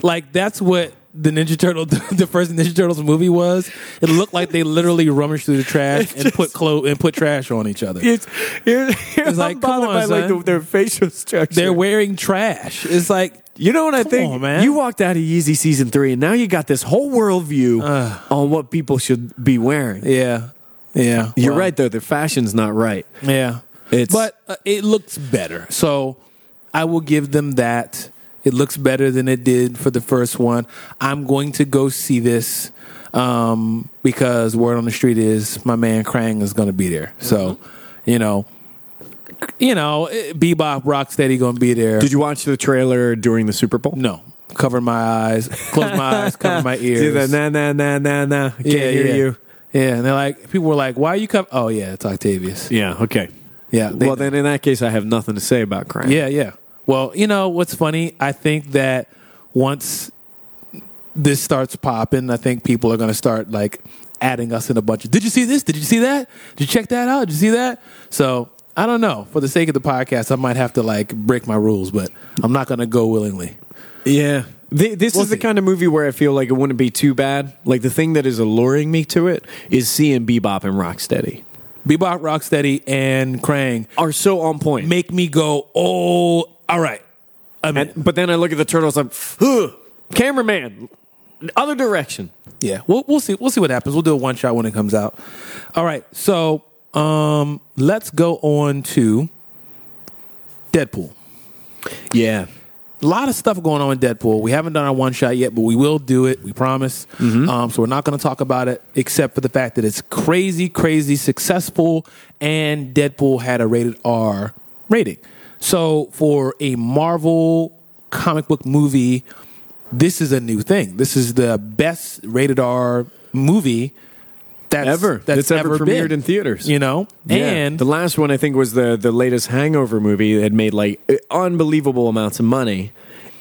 like. That's what the Ninja Turtle, the first Ninja Turtles movie was. It looked like they literally rummaged through the trash and put clo- and put trash on each other. It's, it's, I'm like, come bothered on, by like son. the, their facial structure. They're wearing trash. It's like you know what I Come think? on, man. You walked out of Yeezy season three, and now you got this whole worldview on what people should be wearing. yeah, yeah. You're Well, right, though. Their fashion's not right. Yeah, It's- but uh, it looks better. So I will give them that. It looks better than it did for the first one. I'm going to go see this um, because word on the street is my man Krang is going to be there. So Mm-hmm. you know, you know, eh, Bebop Rocksteady going to be there. Did you watch the trailer during the Super Bowl? no, cover my eyes, close my eyes, cover my ears. See the na na na na na. Can't hear yeah. you. Yeah, and they're like, people were like, "Why are you cover?" Oh yeah, it's Octavius. Yeah. Okay. Yeah, they- well, then in that case, I have nothing to say about crime. Yeah, yeah. Well, you know what's funny? I think that once this starts popping, I think people are going to start like adding us in a bunch of, did you see this? Did you see that? Did you check that out? Did you see that? So I don't know. For the sake of the podcast, I might have to like break my rules, but I'm not going to go willingly. Yeah. Th- this We'll is the see. kind of movie where I feel like it wouldn't be too bad. Like the thing that is alluring me to it is seeing Bebop and Rocksteady Bebop, Rocksteady, and Krang are so on point. make me go, oh, all right. I mean, And- but then I look at the turtles. I'm, Ugh, cameraman, other direction. yeah, we'll, we'll see. We'll see what happens. We'll do a one shot when it comes out. All right. So um, let's go on to Deadpool. Yeah. A lot of stuff going on in Deadpool. We haven't done our one shot yet, but we will do it. We promise. Mm-hmm. Um, so we're not going to talk about it, except for the fact that it's crazy, crazy successful, and Deadpool had a rated R rating. So for a Marvel comic book movie, this is a new thing. This is the best rated R movie that's Ever. that's, That's ever premiered been, in theaters. You know, And and the last one I think was the the latest Hangover movie that made like uh, unbelievable amounts of money,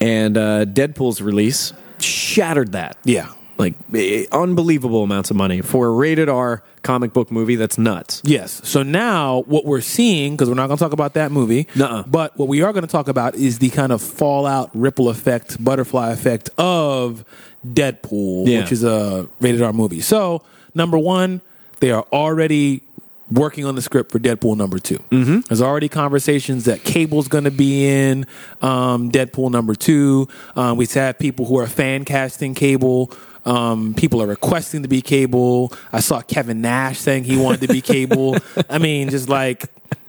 and uh, Deadpool's release shattered that. yeah, like eh, unbelievable amounts of money for a rated R comic book movie. That's nuts. Yes. So now what we're seeing, because we're not going to talk about that movie, Nuh-uh. but what we are going to talk about is the kind of fallout, ripple effect, butterfly effect of Deadpool, Yeah. which is a rated R movie. So number one, they are already working on the script for Deadpool number 2 Mm-hmm. There's already conversations that Cable's going to be in um, Deadpool number two. Um, we've had people who are fan casting Cable. Um, people are requesting to be Cable. I saw Kevin Nash saying he wanted to be Cable. I mean, just like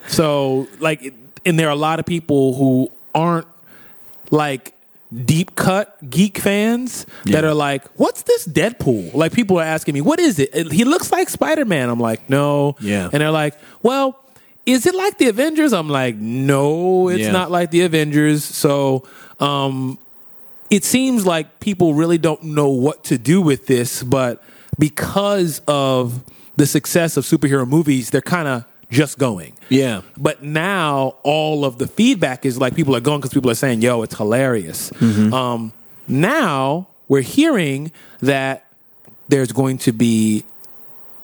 so, like, and there are a lot of people who aren't like deep cut geek fans that are like, "What's this Deadpool?" Like people are asking me, "What is it?" He looks like Spider Man. I'm like, "No." Yeah. And they're like, "Well, is it like the Avengers?" I'm like, "No, it's Yeah. not like the Avengers." So, um, it seems like people really don't know what to do with this, but because of the success of superhero movies, they're kind of just going. Yeah. But now all of the feedback is like people are going because people are saying, yo, it's hilarious. Um, now we're hearing that there's going to be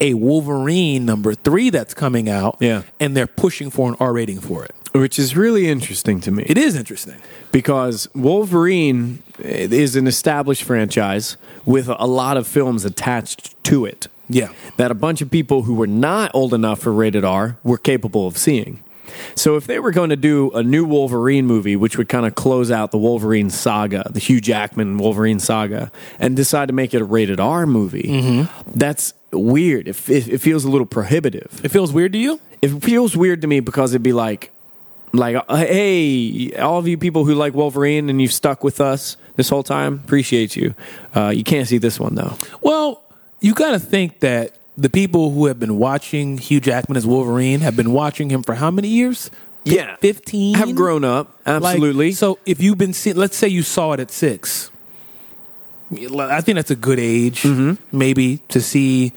a Wolverine number three that's coming out. Yeah. And they're pushing for an R rating for it. Which is really interesting to me. It is interesting. because Wolverine is an established franchise with a lot of films attached to it. Yeah. That a bunch of people who were not old enough for rated R were capable of seeing. So if they were going to do a new Wolverine movie, which would kind of close out the Wolverine saga, the Hugh Jackman Wolverine saga, and decide to make it a rated R movie, that's weird. It, it, it feels a little prohibitive It feels weird to you? it feels weird to me because it'd be like like uh, hey all of you people who like wolverine and you've stuck with us this whole time appreciate you uh, you can't see this one though Well, you got to think that the people who have been watching Hugh Jackman as Wolverine have been watching him for how many years? Yeah. 15? have grown up Like, absolutely so if you've been seeing, let's say you saw it at six, I think that's a good age, maybe to see.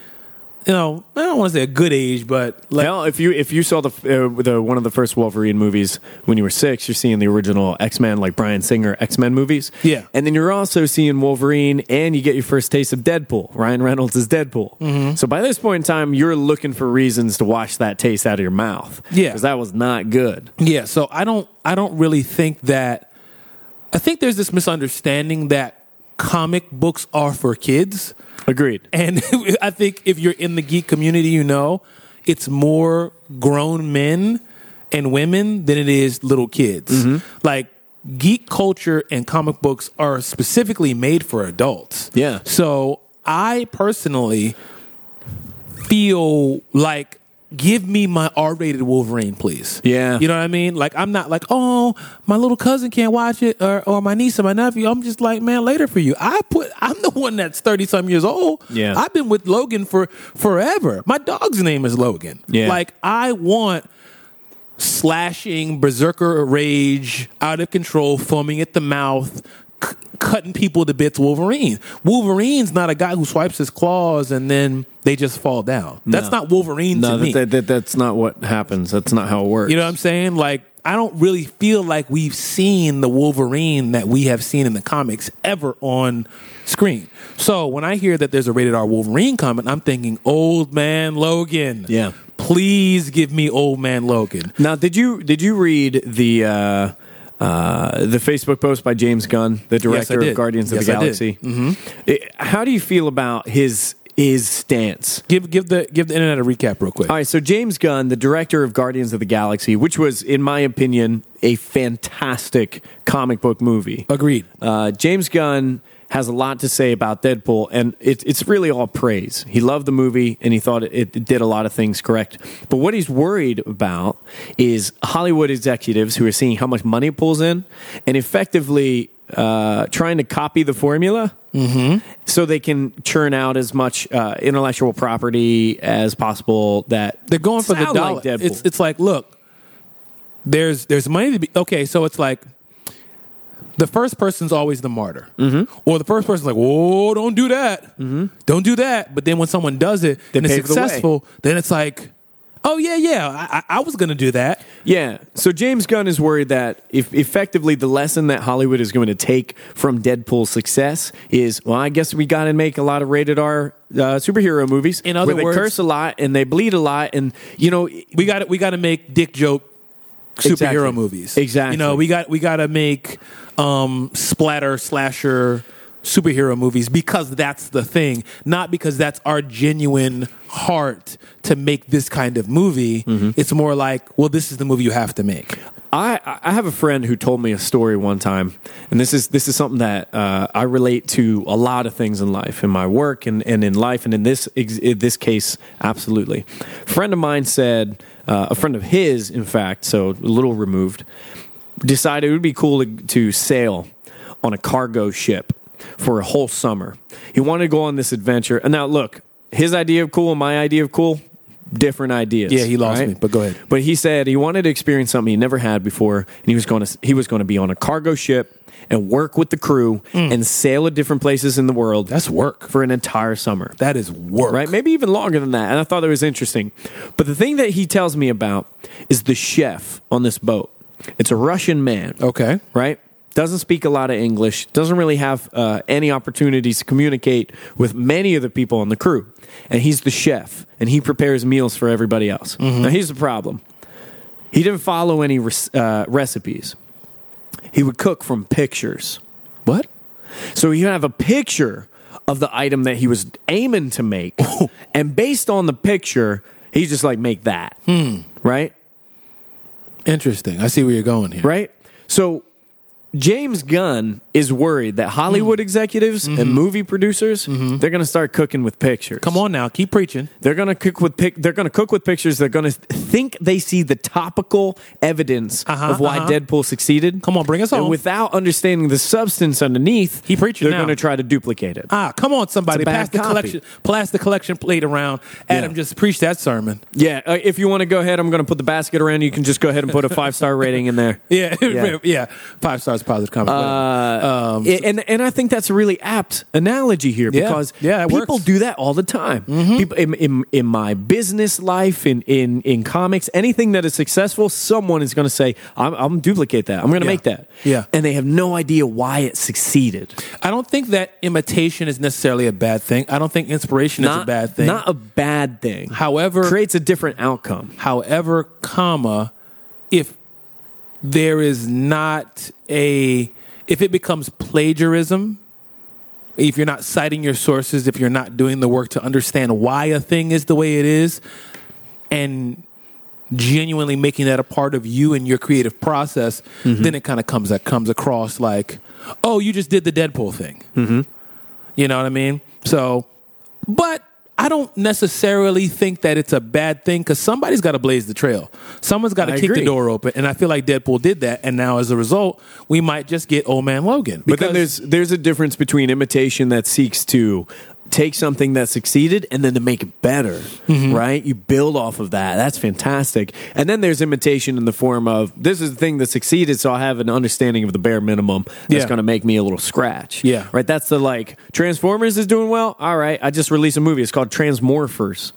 You know, I don't want to say a good age, but like, Hell, if you if you saw the, uh, the one of the first Wolverine movies when you were six, you're seeing the original X Men, like Brian Singer X Men movies. Yeah. and then you're also seeing Wolverine, and you get your first taste of Deadpool. Ryan Reynolds is Deadpool. Mm-hmm. So by this point in time, you're looking for reasons to wash that taste out of your mouth. Yeah. because that was not good. Yeah, so I don't I don't really think that I think there's this misunderstanding that comic books are for kids. Agreed. And I think if you're in the geek community, you know, it's more grown men and women than it is little kids. Mm-hmm. Like geek culture and comic books are specifically made for adults. Yeah. So I personally feel like give me my R-rated Wolverine, please. Yeah. You know what I mean? Like I'm not like, oh, my little cousin can't watch it or, or my niece or my nephew. I'm just like, man, later for you. I put I'm the one that's 30 some years old. Yeah. I've been with Logan for forever. My dog's name is Logan. Yeah. Like I want slashing, berserker rage, out of control, foaming at the mouth, c- cutting people to bits. Wolverine. Wolverine's not a guy who swipes his claws and then they just fall down. That's not Wolverine No, to me. that, that, that, that's not what happens. That's not how it works. you know what I'm saying? Like I don't really feel like we've seen the Wolverine that we have seen in the comics ever on screen. So when I hear that there's a rated R Wolverine coming, I'm thinking Old Man Logan. Yeah. Please give me Old Man Logan. Now, did you did you read the uh, uh, the Facebook post by James Gunn, the director did. of Guardians Yes, of the I did. Galaxy? Mm-hmm. how do you feel about his his stance? Give give the give the internet a recap real quick. All right, so James Gunn, the director of Guardians of the Galaxy, which was, in my opinion, a fantastic comic book movie. Agreed. Uh, James Gunn has a lot to say about Deadpool, and it, it's really all praise. He loved the movie, and he thought it, it did a lot of things correct. But what he's worried about is Hollywood executives who are seeing how much money it pulls in, and effectively uh, trying to copy the formula. So they can churn out as much uh, intellectual property as possible. That They're going for the sound dollar. Like Deadpool. it's it's like look, there's there's money to be okay. So it's like the first person's always the martyr, mm-hmm. or the first person's like, "Whoa, don't do that, mm-hmm. don't do that." But then when someone does it and it's pave the way. successful, then it's like, "Oh yeah, yeah, I, I, I was gonna do that." Yeah. So James Gunn is worried that if effectively the lesson that Hollywood is going to take from Deadpool's success is, well, I guess we got to make a lot of rated R uh, superhero movies. In other where words- they curse a lot and they bleed a lot, and you know, We got to we got to make dick joke superhero Exactly. movies. Exactly. You know, we got we got to make um, splatter slasher superhero movies because that's the thing, not because that's our genuine heart to make this kind of movie. Mm-hmm. It's more like, well, this is the movie you have to make. I I have a friend who told me a story one time, and this is this is something that uh, I relate to a lot of things in life, in my work, and, and in life, and in this ex- in this case, absolutely. A friend of mine said, uh, a friend of his, in fact, so a little removed, decided it would be cool to, to sail on a cargo ship for a whole summer. He wanted to go on this adventure, and now look, his idea of cool and my idea of cool, different ideas. Yeah, he lost me, but go ahead. But he said he wanted to experience something he never had before, and he was going to he was going to be on a cargo ship and work with the crew and sail at different places in the world. Mm. That's work. for an entire summer, That is work. right? Maybe even longer than that. And I thought it was interesting. But the thing that he tells me about is the chef on this boat. It's a Russian man Okay. right? Doesn't speak a lot of English, doesn't really have uh, any opportunities to communicate with many of the people on the crew. And he's the chef, and he prepares meals for everybody else. Now, here's the problem he didn't follow any res- uh, recipes, he would cook from pictures. What? So you have a picture of the item that he was aiming to make, and based on the picture, he's just like, make that, right? Interesting. I see where you're going here. right? So James Gunn is worried that Mm. Hollywood executives and movie producers they're going to start cooking with pictures. Mm-hmm. Come on now, keep preaching. They're going to cook with pic- they're going to cook with pictures. They're going to think they see the topical evidence Uh-huh, of why uh-huh. Deadpool succeeded. Come on, bring us and home. without understanding the substance underneath, He preaching they're now. going to try to duplicate it. Ah, come on, somebody. It's a bad Pass the copy. collection. Pass the collection plate around. Adam Yeah. just preached that sermon. yeah, uh, if you want to go ahead, I'm going to put the basket around. You can just go ahead and put a five star rating in there. Yeah, yeah. Yeah. Uh, Five stars, positive comment. um, I- and and I think that's a really apt analogy here Yeah. because Yeah, it people works. Mm-hmm. do that all the time. People in, in in my business life, in in in comics, anything that is successful, someone is going to say, "I'm, I'm gonna duplicate that. I'm going to Yeah. make that." Yeah. and they have no idea why it succeeded. I don't think that imitation is necessarily a bad thing. I don't think inspiration is a bad thing. Not a bad thing. However- creates a different outcome. However, comma, if there is not a, if it becomes plagiarism, if you're not citing your sources, if you're not doing the work to understand why a thing is the way it is, and genuinely making that a part of you and your creative process, Mm-hmm. then it kind of comes that comes across like, oh, you just did the Deadpool thing. Mm-hmm. You know what I mean? So, but I don't necessarily think that it's a bad thing because somebody's got to blaze the trail. Someone's got to I kick the agree. door open, and I feel like Deadpool did that. And now, as a result, we might just get Old Man Logan. But then there's there's a difference between imitation that seeks to take something that succeeded and then to make it better, Mm-hmm. right? You build off of that. That's fantastic. And then there's imitation in the form of this is the thing that succeeded, so I have an understanding of the bare minimum that's Yeah. going to make me a little scratch. Yeah. right. That's the like Transformers is doing well. All right, I just released a movie. It's called Transmorphers.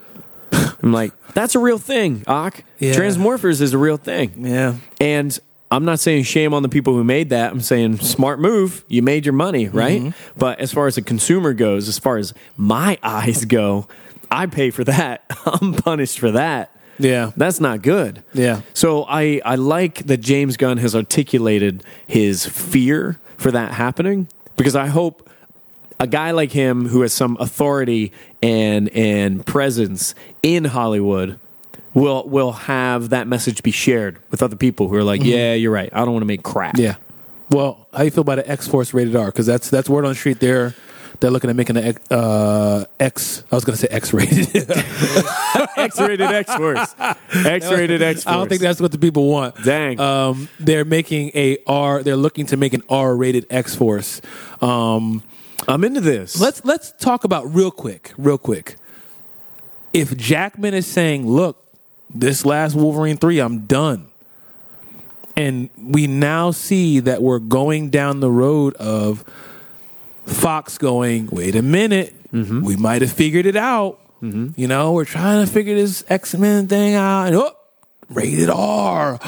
I'm like, that's a real thing, Ock. Yeah. Transmorphers is a real thing. Yeah. And I'm not saying shame on the people who made that. I'm saying smart move. You made your money, right? But as far as a consumer goes, as far as my eyes go, I pay for that. I'm punished for that. Yeah. That's not good. Yeah. So I, I like that James Gunn has articulated his fear for that happening because I hope a guy like him who has some authority and and presence in Hollywood will will have that message be shared with other people who are like, yeah, you're right. I don't want to make crap. Mm-hmm. Yeah. Well, how you feel about an X Force rated R? Because that's that's word on the street. They're they're looking at making an X- uh, X. I was going to say X rated. X-rated X-Force. X-rated X-Force. I don't think that's what the people want. Dang. Um, they're making a R. They're looking to make an R rated X Force. Um, I'm into this. let's let's talk about real quick, real quick. If Jackman is saying, "Look, this last Wolverine three, I'm done," and we now see that we're going down the road of Fox going, "Wait a minute, we might have figured it out." You know, we're trying to figure this X Men thing out, and oh, rated R.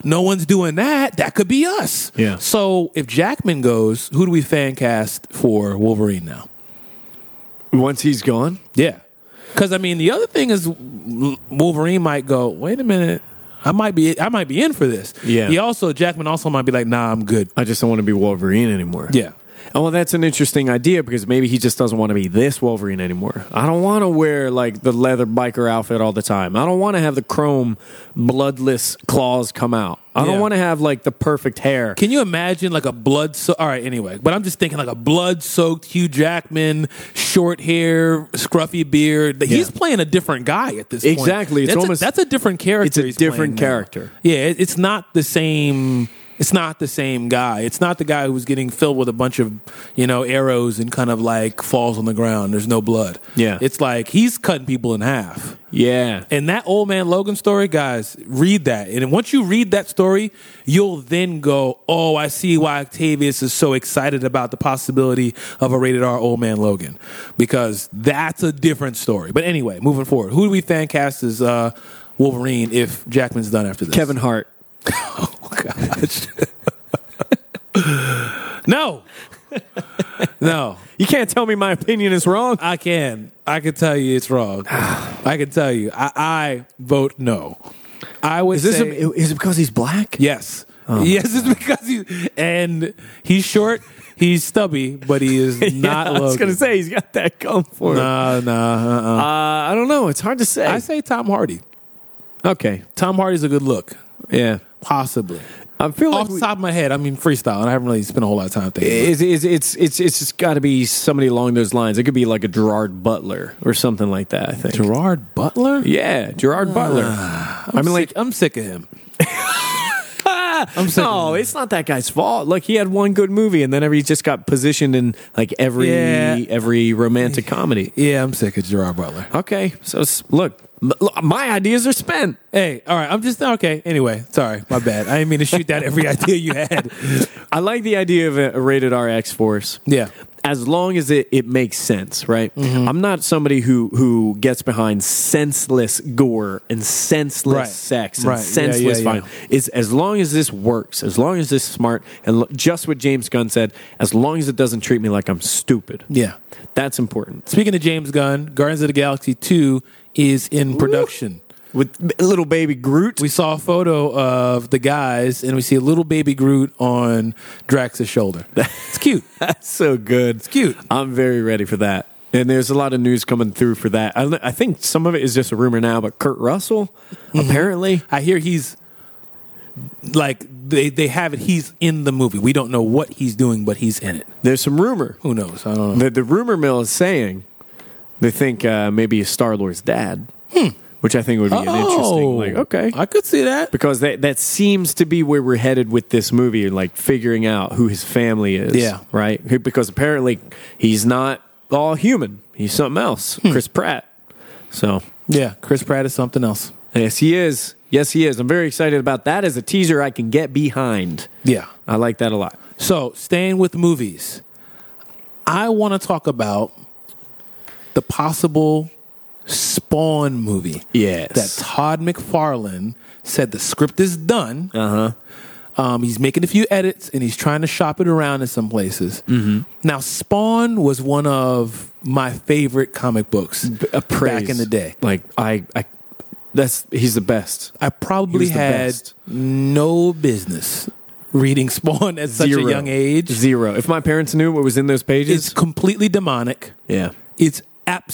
no one's doing that. That could be us. Yeah. So if Jackman goes, who do we fan cast for Wolverine now? once he's gone. Yeah. Because I mean, the other thing is, L- Wolverine might go. Wait a minute, I might be, I might be in for this. Yeah. He also Jackman also might be like, Nah, I'm good. I just don't want to be Wolverine anymore. Yeah. Oh, well, that's an interesting idea because maybe he just doesn't want to be this Wolverine anymore. I don't want to wear like the leather biker outfit all the time. I don't want to have the chrome, bloodless claws come out. I Yeah. don't want to have like the perfect hair. Can you imagine like a blood? So- All right, anyway, but I'm just thinking like a blood-soaked Hugh Jackman, short hair, scruffy beard. That He's Yeah. playing a different guy at this point. Exactly. It's that's almost- a, that's a different character. It's a he's playing different now. character. Yeah, it, it's not the same. It's not the same guy. It's not the guy who was getting filled with a bunch of you know arrows and kind of like falls on the ground. There's no blood. Yeah. it's like he's cutting people in half. Yeah. And that old man Logan story, guys, read that. And once you read that story, you'll then go, oh, I see why Octavius is so excited about the possibility of a rated R old man Logan. Because that's a different story. But anyway, moving forward, who do we fan cast as uh, Wolverine if Jackman's done after this? Kevin Hart. Oh, gosh. no. no. You can't tell me my opinion is wrong. I can. I can tell you it's wrong. I can tell you. I, I vote no. I would Is this say a, is it because he's black? yes. Oh Yes, it's because he and he's short, he's stubby, but he is not. I was Logan. going to say he's got that going for him. Nah, nah. Uh-uh. Uh, I don't know. It's hard to say. I say Tom Hardy. okay. Tom Hardy's a good look, Yeah. possibly. I feel like Off the we- top of my head, I mean freestyle, and I haven't really spent a whole lot of time thinking. about it. It's it's it's it's, it's just got to be somebody along those lines. It could be like a Gerard Butler or something like that. I think. Gerard Butler. yeah, Gerard Butler. I mean, like, Sick- Ah, I'm sick of him. I'm sick of no, it's not that guy's fault. Like, he had one good movie, and then every, he just got positioned in like every Yeah. every romantic comedy. Yeah, I'm sick of Gerard Butler. Okay, so s- look, m- look, my ideas are spent. Hey, all right. I'm just okay. Anyway, sorry, my bad. I didn't mean to shoot down every idea you had. I like the idea of a a rated R X Force. Yeah. As long as it, it makes sense, right? Mm-hmm. I'm not somebody who, who gets behind senseless gore and senseless Right. sex and Right. Yeah, senseless yeah, yeah. violence. It's, as long as this works, as long as this is smart, and lo- just what James Gunn said, as long as it doesn't treat me like I'm stupid. Yeah. That's important. Speaking of James Gunn, Guardians of the Galaxy 2 is in production. With little baby Groot, We saw a photo of the guys, and we see a little baby Groot on Drax's shoulder. It's cute. That's so good. It's cute. I'm very ready for that. And there's a lot of news coming through for that. I, I think some of it is just a rumor now, but Kurt Russell, Mm-hmm. apparently. I hear he's like they they have it. He's in the movie. We don't know what he's doing, but he's in it. There's some rumor. Who knows? I don't know. The, the rumor mill is saying they think uh, maybe Star Lord's dad, which I think would be an interesting. Like, Oh, okay. Hmm. Oh. I could see that. because that, that seems to be where we're headed with this movie, like figuring out who his family is. Yeah. Right? Because apparently he's not all human, he's something else. Hmm. Chris Pratt. So Yeah, Chris Pratt is something else. Yes, he is. Yes, he is. I'm very excited about that as a teaser I can get behind. Yeah. I like that a lot. So, staying with movies, I want to talk about the possible Spawn movie. Yes. That Todd McFarlane said the script is done. Uh-huh. Uh huh. Um, he's making a few edits and he's trying to shop it around in some places. Mm-hmm. Now, Spawn was one of my favorite comic books back in the day. Like I, I, that's he's the best. I probably was the had best. no business reading Spawn at such Zero. a young age. Zero. If my parents knew what was in those pages, It's completely demonic. yeah, It's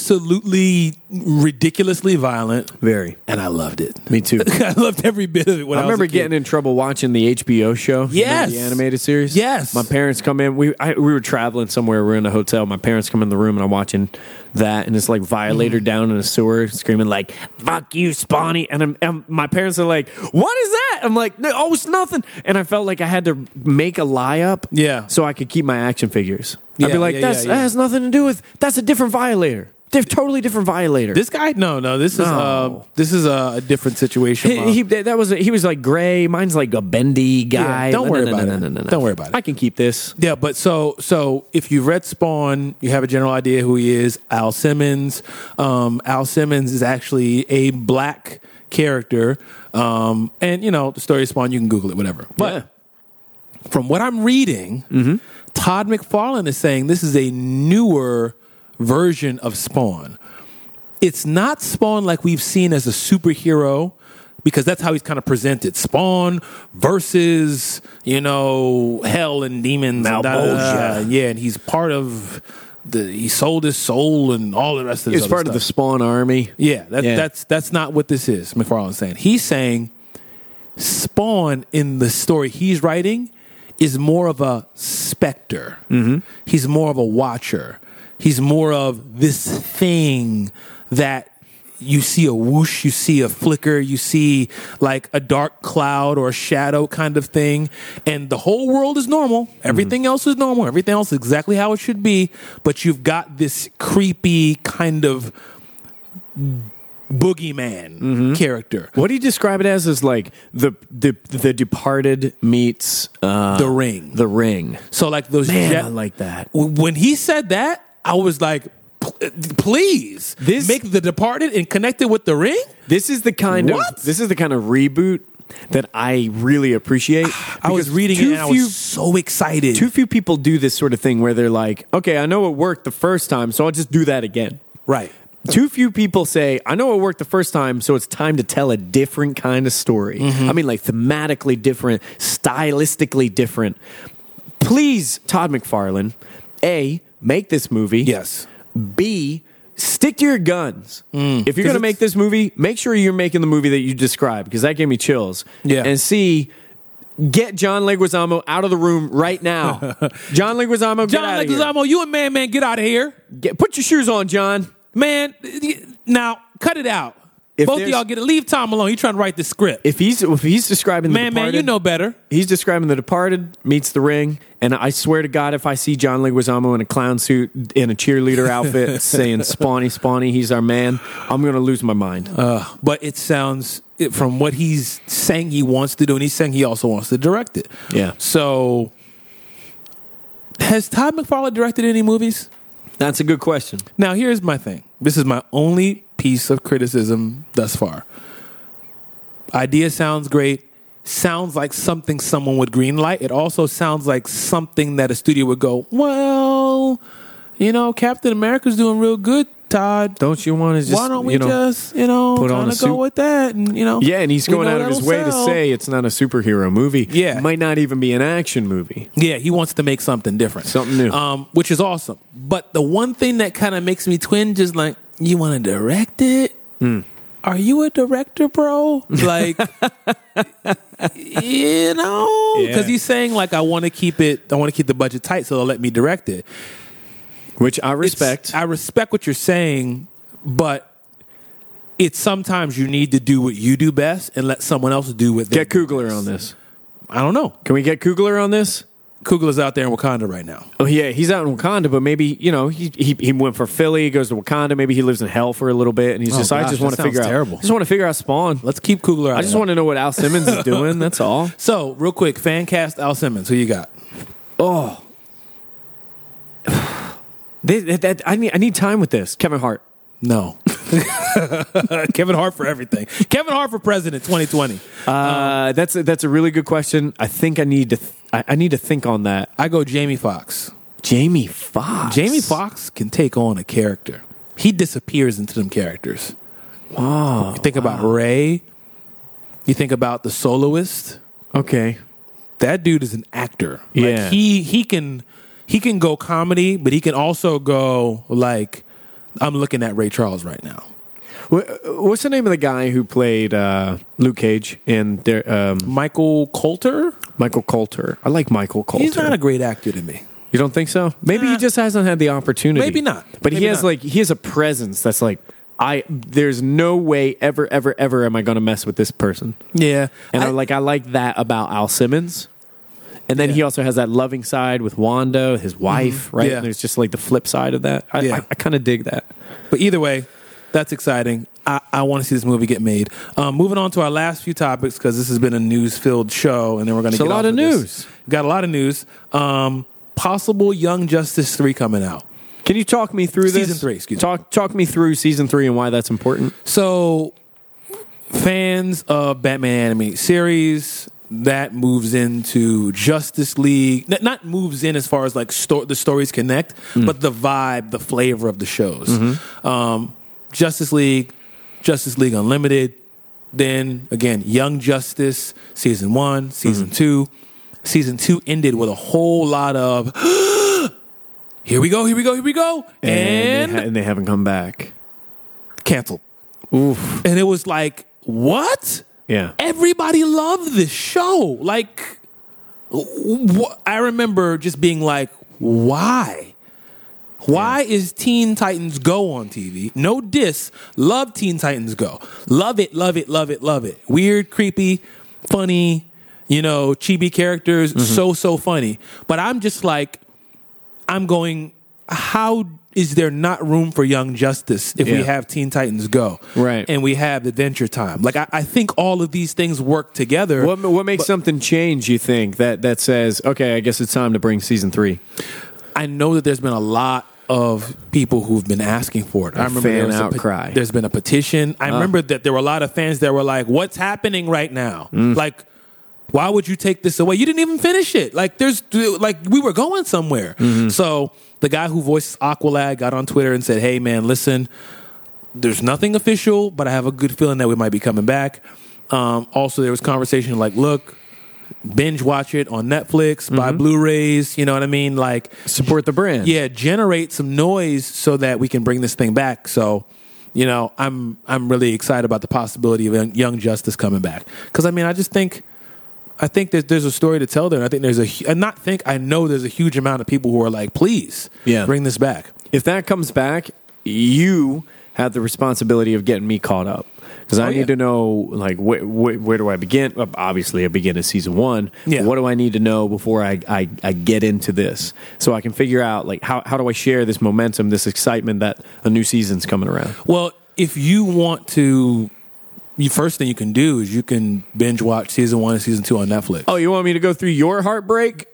absolutely ridiculously violent, very. and I loved it. Me too. I loved every bit of it. When I I, remember getting in trouble watching the HBO show. you know, Yes. the animated series. Yes. my parents come in. We I, we were traveling somewhere. We're in a hotel. My parents come in the room and I'm watching that, and it's like Violator Mm-hmm. down in a sewer, screaming like "Fuck you, Spawny!" And, I'm, and my parents are like, "What is that?" I'm like, "No, oh, it's nothing." And I felt like I had to make a lie up, Yeah. so I could keep my action figures. I'd Yeah, be like, yeah, "That's yeah, yeah. that has nothing to do with. That's a different Violator. Diff, totally different Violator." this guy. No, no, this is uh, No. this is a, a different situation. Mom. He, he that was he was like gray. Mine's like a bendy guy. Yeah, don't No, worry no, no, about no, it. no, no, no. Don't worry about it. I can keep this. yeah, but so so if you've read Spawn, you have a general idea who he is. Al Simmons. Um, Al Simmons is actually a black character, um, and you know the story of Spawn. You can Google it, whatever. But from what I'm reading, Mm-hmm. Todd McFarlane is saying this is a newer version of Spawn. It's not Spawn like we've seen as a superhero because that's how he's kind of presented Spawn versus, you know, hell and demons. and da- da- da- da. Malbolgia. yeah, and he's part of the, he sold his soul and all the rest of this. it's other part of the stuff. Spawn Army. Yeah, that, Yeah. that's that's not what this is. McFarlane's saying he's saying Spawn in the story he's writing is more of a specter. He's more of a watcher. He's more of this thing that you see a whoosh, you see a flicker, you see like a dark cloud or a shadow kind of thing, and the whole world is normal. Everything else is normal. Everything else is exactly how it should be, but you've got this creepy kind of boogeyman Mm-hmm. character. What do you describe it as? Is like the the the Departed meets uh, The Ring. The Ring. So like those Man, jet- I like that. when he said that, I was like, "P- uh, please This- make the departed and connect it with the ring. This is the kind What? of this is the kind of reboot that I really appreciate. I was because reading it too and I few- was so excited. too few people do this sort of thing where they're like, okay, I know it worked the first time, so I'll just do that again. right. Too few people say, I know it worked the first time, so it's time to tell a different kind of story. Mm-hmm. I mean, like thematically different, stylistically different. Please, Todd McFarlane, A, make this movie. Yes. B, stick to your guns. If you're Mm. going to it's- make this movie, make sure you're making the movie that you described, because that gave me chills. Yeah. And C, Get John Leguizamo out of the room right now. John Leguizamo, get John out of here. Leguizamo, you and Man Man, get out of here, Get- put your shoes on, John. man. Now cut it out. If Both of there's- y'all get to leave Tom alone. He's trying to write the script. If he's if he's describing the man, man, Departed, you know better. he's describing the departed meets the ring and i swear to god if i see john leguizamo in a clown suit in a cheerleader outfit saying spawny spawny he's our man i'm gonna lose my mind Uh, but it sounds it, from what he's saying he wants to do, and he's saying he also wants to direct it. Yeah. So, has Todd McFarlane directed any movies? that's a good question Now, here's my thing. This is my only piece of criticism thus far. Idea sounds great. Sounds like something someone would greenlight. It also sounds like something that a studio would go, well, you know, Captain America's doing real good, Todd. don't you want to just Why don't we you know, just, you know, put put on on a go suit? with that? And you know, yeah and he's we going know out of his that'll way sell. to say it's not a superhero movie Yeah. might not even be an action movie Yeah, he wants to make something different. Something new. Um, which is awesome. But the one thing that kind of makes me twinge is like, you want to direct it? Hmm. Are you a director, bro? Like, you know? Yeah. Because he's saying, like, I want to keep it, I want to keep the budget tight so they'll let me direct it. which i It's- respect I respect what you're saying, but it's sometimes you need to do what you do best and let someone else do what they get do kugler best. on this I don't know. can we get kugler on this Kugler's out there in Wakanda right now. Oh yeah, he's out in Wakanda, but maybe you know he he, he went for Philly, goes to Wakanda. Maybe he lives in hell for a little bit, and he's Oh, just I gosh, just that want to sounds figure terrible. out. I just want to figure out Spawn. Let's keep Kugler out. I just want to know what Al Simmons is doing. That's all. So, real quick, fan cast Al Simmons. Who you got? Oh, They- that, that- I need I need time with this. Kevin Hart. No. Kevin Hart for everything. Kevin Hart for president 2020. Um, Uh, that's a, that's a really good question. I think I need to th- I, I need to think on that. I go Jamie Foxx. Jamie Foxx. Jamie Foxx can take on a character. He disappears into them characters. Oh, You think about Ray. You think about the soloist. okay. That dude is an actor. Yeah. Like he he can he can go comedy, but he can also go like I'm looking at Ray Charles right now. Wh- What's the name of the guy who played uh, Luke Cage and their, um, Michael Coulter? Michael Coulter? I like Michael Coulter. He's not a great actor to me. you don't think so? Maybe Nah. he just hasn't had the opportunity. Maybe not. But Maybe he has not. like he has a presence that's like I. There's no way ever ever ever am I going to mess with this person. Yeah. And I, I- like I like that about Al Simmons. And then Yeah. Mm-hmm. he also has that loving side with Wanda, his wife, right? Yeah. And there's just like the flip side of that. I, Yeah. I, I kind of dig that. But either way, that's exciting. I, I want to see this movie get made. Um, moving on to our last few topics because this has been a news filled show, and then we're going to It's a get lot off of this. news. Got a lot of news. Um, possible Young Justice three coming out. Can you talk me through this? Season three, excuse me. talk, Talk me through season three and why that's important. So, fans of Batman animated series that moves into Justice League. Not, not moves in as far as like sto- the stories connect, Mm. but the vibe, the flavor of the shows. Mm-hmm. Um, Justice League, Justice League Unlimited. Then again, Young Justice season one, season Mm-hmm. two. Season two ended with a whole lot of. Here we go! Here we go! Here we go! they, ha- and they haven't come back. canceled. Oof. And it was like, what? Yeah. Everybody loved this show. Like, wh- I remember just being like, why? Why is Teen Titans Go on TV? No diss. Love Teen Titans Go. Love it, love it, love it, love it. Weird, creepy, funny, you know, chibi characters. Mm-hmm. So, so funny. But I'm just like, I'm going, how is there not room for Young Justice if we Yeah. have Teen Titans Go? Right. And we have Adventure Time. Like, I, I think all of these things work together. What, what makes something change, you think, that, that says, okay, I guess it's time to bring season three? I know that there's been a lot of people who've been asking for it. I remember fan there was a pe- outcry. Uh. there's been a petition. I remember that there were a lot of fans that were like, "What's happening right now? Mm. Like, why would you take this away? You didn't even finish it. Like, there's like we were going somewhere." Mm-hmm. So the guy who voiced Aqualad got on Twitter and said, "Hey, man, listen." there's nothing official, but I have a good feeling that we might be coming back. Um, also, there was conversation like, look, binge watch it on Netflix, Mm-hmm. buy Blu-rays. You know what I mean? Like, Support the brand. yeah, generate some noise so that we can bring this thing back. So, you know, I'm I'm really excited about the possibility of Young, Young Justice coming back because I mean, I just think. I think that there's a story to tell there. And I think there's a, hu- and not think, I know there's a huge amount of people who are like, please Yeah. bring this back. If that comes back, you have the responsibility of getting me caught up because I Oh, need yeah. to know like wh- wh- where do I begin? Ob- Obviously, I begin at season one. Yeah. What do I need to know before I, I I get into this so I can figure out like how how do I share this momentum, this excitement that a new season's coming around? Well, if you want to, the first thing you can do is you can binge watch season one and season two on Netflix. Oh, you want me to go through your heartbreak?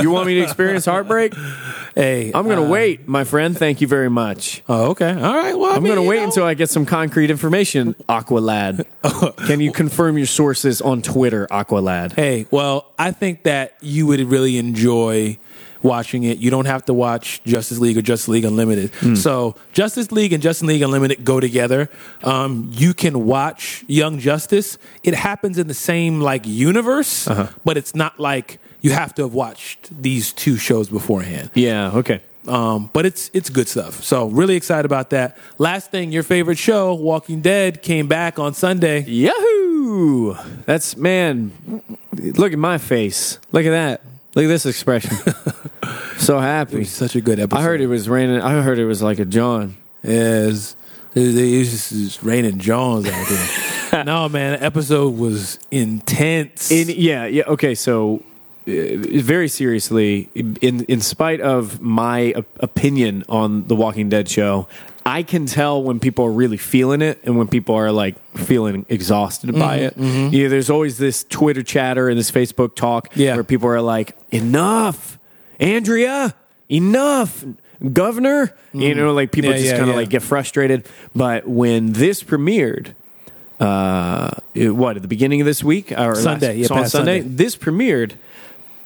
you want me to experience heartbreak? hey, I'm gonna uh, wait, my friend. Thank you very much. Oh, okay, all right. Well, I I'm mean, gonna you wait know, until I get some concrete information, Aqualad. Can you confirm your sources on Twitter, Aqualad? Hey, well, I think that you would really enjoy watching it. You don't have to watch Justice League or Justice League Unlimited. So, Justice League and Justice League Unlimited go together. Um, you can watch Young Justice. It happens in the same like universe, but it's not like you have to have watched these two shows beforehand. Yeah. Okay. Um, but it's it's good stuff. So really excited about that. Last thing, your favorite show, Walking Dead, came back on Sunday. Yahoo! That's man. Look at my face. Look at that. Look at this expression. so happy. Such a good episode. I heard it was raining. I heard it was like a John. Yes. It it- it was just it's raining Jones out there. no man, the episode was intense. In yeah yeah okay so. uh, Very seriously, in in spite of my op- opinion on the Walking Dead show, I can tell when people are really feeling it and when people are like feeling exhausted Mm-hmm, by it. Yeah, there's always this Twitter chatter and this Facebook talk Yeah. where people are like, "Enough, Andrea, enough." governor. You know, like people Mm. Yeah, just yeah, kind of yeah. like get frustrated. But when this premiered, uh, it- what at the beginning of this week or last- Sunday, yeah, so on past Sunday, Sunday. this premiered.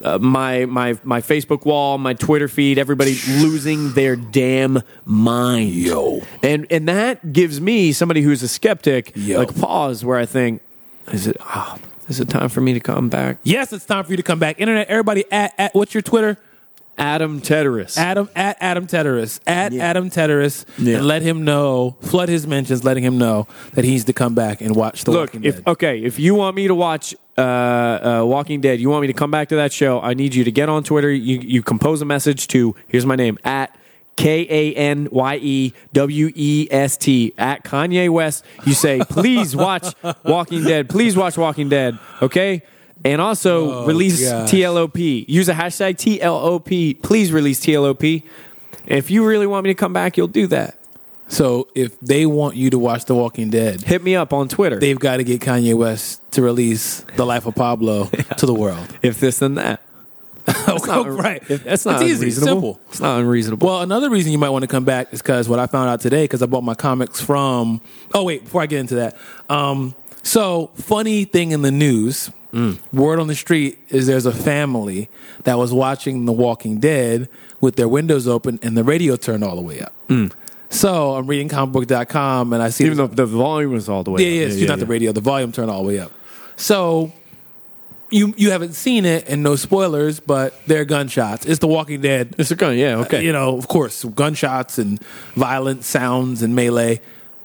Uh, my my my Facebook wall, my Twitter feed, everybody losing their damn mind. Yo, and and that gives me somebody who's a skeptic Yo. like pause where I think, is it ah, is it time for me to come back? Yes, it's time for you to come back. Internet, everybody at, at what's your Twitter? Adam Teteris. Adam at Adam Teteris. At Adam Teteris. Yeah. And let him know, flood his mentions, letting him know that he's to come back and watch the Look, Walking if uh, Dead. okay, if you want me to watch uh, uh, Walking Dead, you want me to come back to that show. I need you to get on Twitter. You you compose a message to here's my name at. K A N Y E W E S T at Kanye West. You say, please watch Walking Dead. Please watch Walking Dead. Okay? And also Oh, release gosh. TLOP. Use a hashtag TLOP. Please release TLOP. If you really want me to come back, you'll do that. so if they want you to watch The Walking Dead, Hit me up on Twitter. they've got to get Kanye West to release The Life of Pablo to the world. if this, then that. That's right. If that's not it's easy, it's unreasonable. simple. It's not unreasonable. Well, another reason you might want to come back is because what I found out today, because I bought my comics from. Oh wait, before I get into that, um, so funny thing in the news, word on the street is there's a family that was watching The Walking Dead with their windows open and the radio turned all the way up. So I'm reading comicbook.com and I see even though the volume was all the way. yeah, yeah, up. it's not the radio. The volume turned all the way up. So you you haven't seen it, and no spoilers, but there are gunshots. It's The Walking Dead. It's a gun. Yeah, okay. You know, of course, gunshots and violent sounds and melee.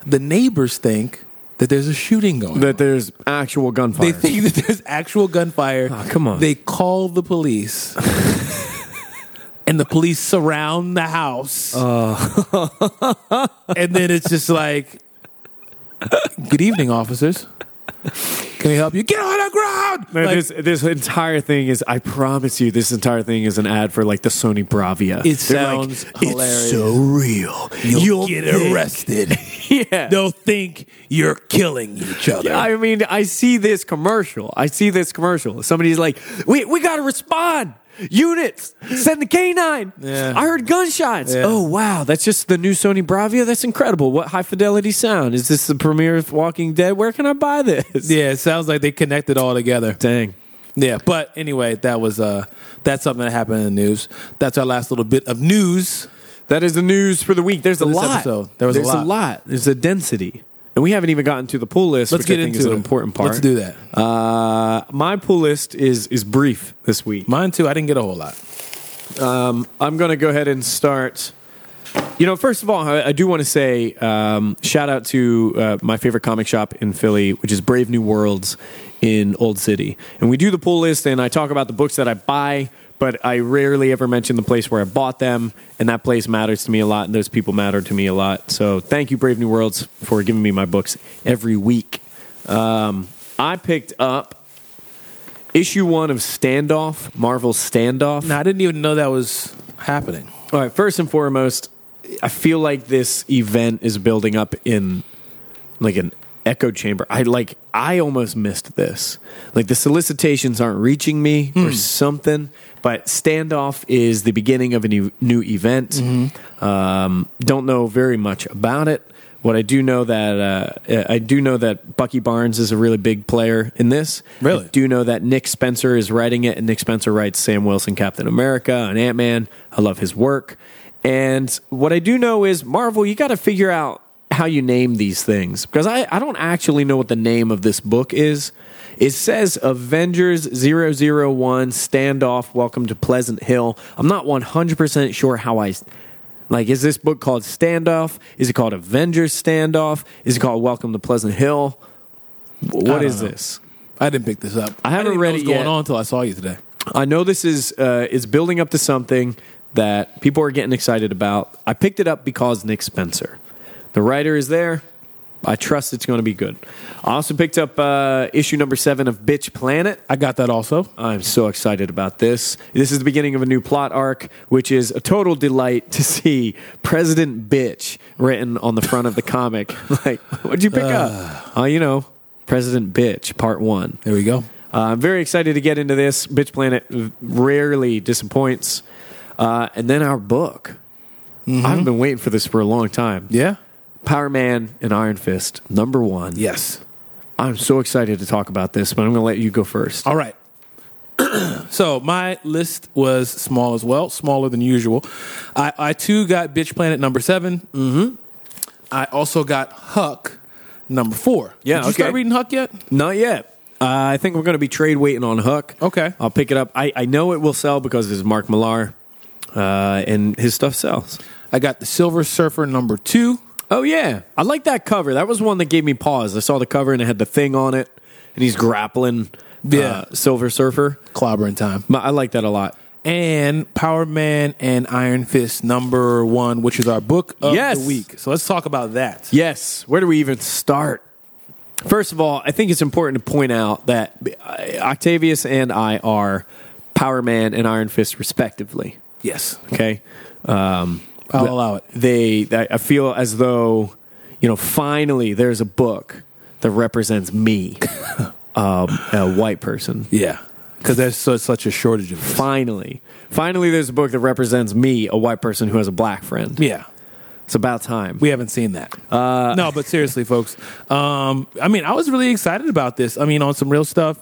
The neighbors think that there's a shooting going. on. that there's actual They gunfire. think that there's actual gunfire. Ah, come on. They call the police. and the police surround the house. Uh. and then it's just like, good evening, officers. Can we help you? Get on the ground! Man, Like, this this entire thing is. I promise you, this entire thing is an ad for like the Sony Bravia. it They're like, sounds hilarious. It's so real. You'll, get think- arrested. yeah. They'll think you're killing each other. I mean, I see this commercial. I see this commercial. Somebody's like, "We we gotta respond." Units, send the canine. Yeah. I heard gunshots. Yeah. Oh wow, that's just the new Sony Bravia. That's incredible. What high fidelity sound is this? The premiere of Walking Dead. Where can I buy this? yeah, it sounds like they connected all together. Dang. Yeah, but anyway, that was uh that's something that happened in the news. That's our last little bit of news. That is the news for the week. There's a this lot. episode, there was a There's lot. There's a density. And we haven't even gotten to the pool list, Let's which get I think into is an it. important part. Let's do that. Uh, my pool list is is brief this week. Mine too. I didn't get a whole lot. I'm going to go ahead and start. You know, first of all, I, I do want to say um, shout out to uh, my favorite comic shop in Philly, which is Brave New Worlds in Old City. And we do the pull list, and I talk about the books that I buy, but I rarely ever mention the place where I bought them. And that place matters to me a lot, and those people matter to me a lot. So thank you, Brave New Worlds, for giving me my books every week. Um, I picked up issue one of Standoff, Marvel's Standoff. No, I didn't even know that was happening. All right, first and foremost, I feel like this event is building up in like an echo chamber. I like I almost missed this. Like the solicitations aren't reaching me or something, but standoff is the beginning of a new new event. Um, don't know very much about it. What I do know that uh, I do know that Bucky Barnes is a really big player in this. Really? I do know that Nick Spencer is writing it, and Nick Spencer writes Sam Wilson, Captain America, and Ant Man. I love his work. And what I do know is Marvel, you got to figure out how you name these things because I, I don't actually know what the name of this book is. It says Avengers 001 Standoff Welcome to Pleasant Hill. I'm not 100% sure how I like, is this book called Standoff? Is it called Avengers Standoff? Is it called Welcome to Pleasant Hill? W- What don't is know. this? I didn't pick this up. I haven't didn't even know read what it was going yet. on until I saw you today. I know this is uh, is building up to something that people are getting excited about. I picked it up because Nick Spencer, the writer, is there. I trust it's going to be good. I also picked up uh, issue number seven of Bitch Planet. I got that also. I'm so excited about this. This is the beginning of a new plot arc, which is a total delight to see President Bitch written on the front of the comic. like, what'd you pick up? Uh, you know, President Bitch, part one. There we go. Uh, I'm very excited to get into this. Bitch Planet rarely disappoints. Uh, and then our book, I've been waiting for this for a long time. Yeah. Power Man and Iron Fist, number one. Yes. I'm so excited to talk about this, but I'm going to let you go first. All right. so my list was small as well, smaller than usual. I, I too got Bitch Planet number 7 Mm-hmm. I also got Huck number four. Yeah, Did you start okay. reading Huck yet? Not yet. Uh, I think we're going to be trade waiting on Hook. Okay. I'll pick it up. I, I know it will sell because it's Mark Millar, uh, and his stuff sells. I got the Silver Surfer number two. Oh yeah, I like that cover. That was one that gave me pause. I saw the cover and it had the thing on it, and he's grappling. Yeah. uh, Silver Surfer. Clobbering time. My- I like that a lot. And Power Man and Iron Fist number one, which is our book of Yes. the week. So let's talk about that. Yes. Where do we even start? First of all, I think it's important to point out that uh, Octavius and I are Power Man and Iron Fist, respectively. Yes. Okay. Um, I'll allow it. They, I I feel as though, you know, finally there's a book that represents me, um, a white person. Yeah. Because there's so, such a shortage of this. Finally, finally, there's a book that represents me, a white person who has a black friend. Yeah. It's about time. We haven't seen that. Uh, no, but seriously, folks. Um, I mean, I was really excited about this. I mean, on some real stuff,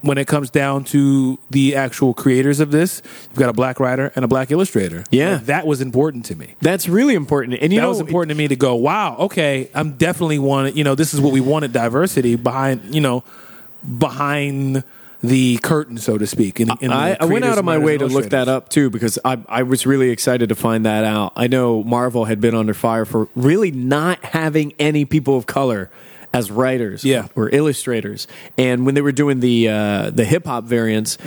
when it comes down to the actual creators of this, you've got a black writer and a black illustrator. Yeah. Like, that was important to me. That's really important. And you that know, was important to me to go, wow, okay, I'm definitely wanted, you know, this is what we wanted diversity behind, you know, behind the curtain, so to speak. In, in the I, I went creators out of and my writers way and to look illustrators. that up too because I, I was really excited to find that out. I know Marvel had been under fire for really not having any people of color as writers Yeah. or illustrators, and when they were doing the uh, the hip hop variants,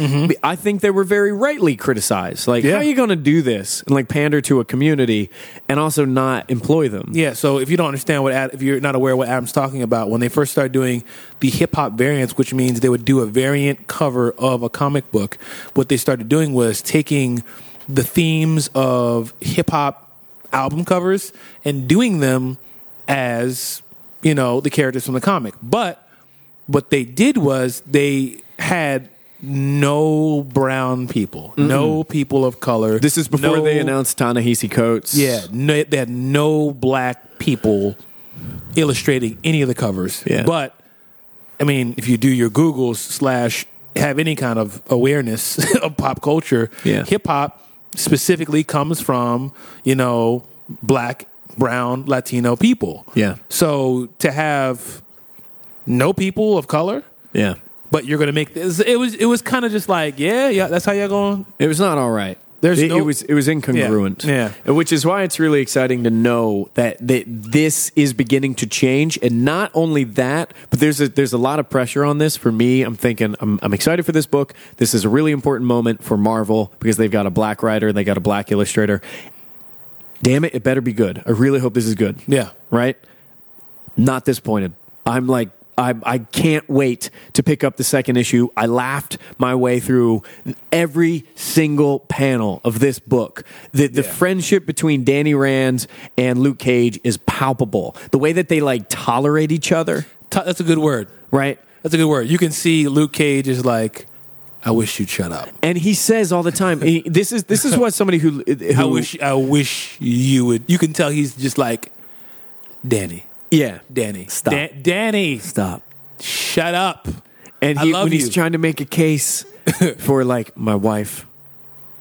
I think they were very rightly criticized. Like, Mm-hmm. Yeah. how are you going to do this and like pander to a community and also not employ them? Yeah, so if you don't understand what Ad, if you're not aware of what Adam's talking about, when they first started doing the hip hop variants, which means they would do a variant cover of a comic book, what they started doing was taking the themes of hip hop album covers and doing them as, you know, the characters from the comic. But what they did was they had no brown people, no people of color. This is before no- they announced Ta-Nehisi Coates. yeah, no, they had no black people illustrating any of the covers. Yeah. But I mean, if you do your Googles slash have any kind of awareness of pop culture, Yeah. hip hop specifically comes from you know black, brown, Latino people. Yeah. So to have no people of color. yeah. But you're gonna make this. It was it was kind of just like yeah yeah. That's how you're going. It was not all right. There's it, no- it was it was incongruent. Uh, Yeah, Which is why it's really exciting to know that, that this is beginning to change. And not only that, but there's a there's a lot of pressure on this for me. I'm thinking I'm I'm excited for this book. This is a really important moment for Marvel because they've got a black writer and they got a black illustrator. Damn it, it better be good. I really hope this is good Yeah. right? Not disappointed. I'm like, I, I can't wait to pick up the second issue. I laughed my way through every single panel of this book. The, the Yeah. friendship between Danny Rand and Luke Cage is palpable. The way that they like tolerate each other, T- that's a good word. right? That's a good word. You can see Luke Cage is like, I wish you'd shut up. And he says all the time, he- this is this is what somebody who, who I wish I wish you would. You can tell he's just like, Danny, yeah, Danny, Stop. Dan- Danny, stop. shut up. And I he, love when he's you. trying to make a case for like, my wife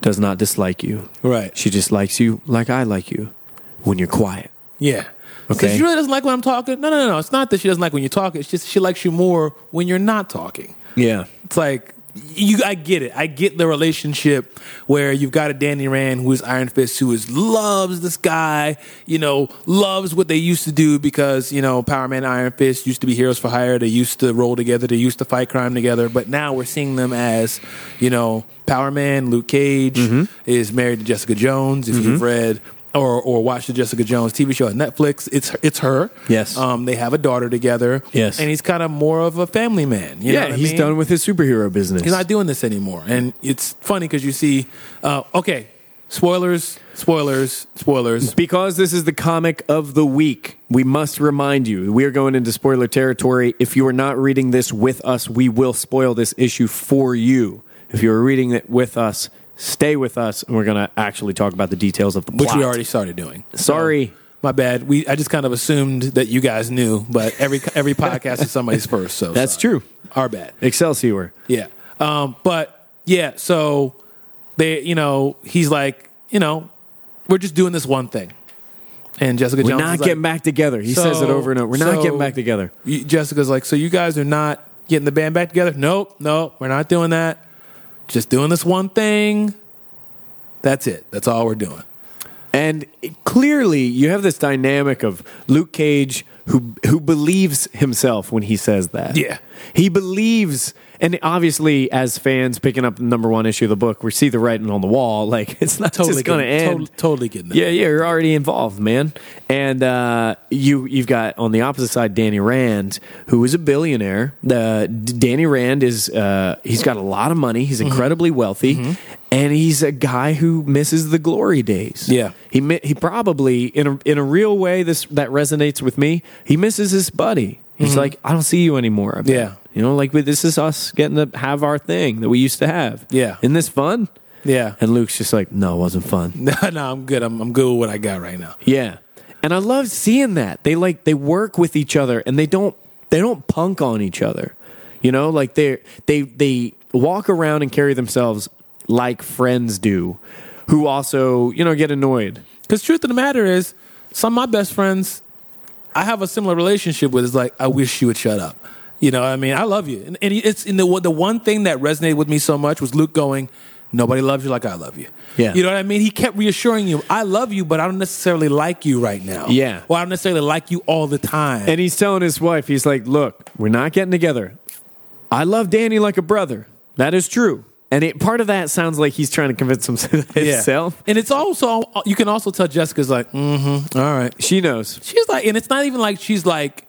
does not dislike you. Right. She just likes you like I like you when you're quiet. Yeah. Okay. So she really doesn't like when I'm talking. No, no, no, no. It's not that she doesn't like when you talk. It's just she likes you more when you're not talking. Yeah. It's like you. I get it. I get the relationship where you've got a Danny Rand who is Iron Fist, who is loves this guy. You know, loves what they used to do because you know Power Man, and Iron Fist used to be heroes for hire. They used to roll together. They used to fight crime together. But now we're seeing them as you know Power Man. Luke Cage Mm-hmm. is married to Jessica Jones. If you've read. Or, or watched the Jessica Jones TV show on Netflix. It's it's her. Yes. Um. They have a daughter together. Yes. And he's kind of more of a family man. You know what I he's mean? done with his superhero business. He's not doing this anymore. And it's funny because you see, uh, okay, spoilers, spoilers, spoilers. because this is the comic of the week, we must remind you we are going into spoiler territory. If you are not reading this with us, we will spoil this issue for you. If you are reading it with us, Stay with us, and we're going to actually talk about the details of the which plot. we already started doing. Sorry. My bad. We I just kind of assumed that you guys knew, but every every podcast is somebody's first. So That's sorry. true. Our bad. Excelsior. Yeah. Um, but yeah, so they, you know, he's like, you know, we're just doing this one thing. And Jessica We're Jones not is like- getting back together. He says it So- over and over. We're so- not getting back together. You- Jessica's like, so you guys are not getting the band back together? Nope, nope, we're not doing that. Just doing this one thing. That's it. That's all we're doing. And clearly, you have this dynamic of Luke Cage who who believes himself when he says that. Yeah. he believes, and obviously, as fans picking up the number one issue of the book, we see the writing on the wall. Like it's not Totally just going to getting- end. tot- totally getting that. Yeah, yeah, you're already involved, man. And uh, you you've got on the opposite side Danny Rand, who is a billionaire. The D- Danny Rand is uh, he's got a lot of money. Mm-hmm. He's incredibly wealthy, and he's a guy who misses the glory days. Yeah. he mi- he probably in a, in a real way this that resonates with me. He misses his buddy. He's like, I don't see you anymore. I bet." Mm-hmm. Yeah. you know, like we- this is us getting to have our thing that we used to have. Yeah. isn't this fun? Yeah. And Luke's just like, no, it wasn't fun. No, no, I'm good. I'm, I'm good with what I got right now. Yeah. And I love seeing that. They like they work with each other and they don't they don't punk on each other. You know, like they they they walk around and carry themselves like friends do who also, you know, get annoyed. Because truth of the matter is, some of my best friends, I have a similar relationship with. Is like, I wish you would shut up. You know, what I mean, I love you, and, and it's in the the one thing that resonated with me so much was Luke going, "Nobody loves you like I love you." Yeah. you know what I mean. He kept reassuring you, "I love you, but I don't necessarily like you right now." Yeah. or I don't necessarily like you all the time. And he's telling his wife, he's like, "Look, we're not getting together. I love Danny like a brother. That is true." And it, part of that sounds like he's trying to convince himself. Yeah. and it's also you can also tell Jessica's like, mm-hmm, all right." She knows. She's like, and it's not even like she's like,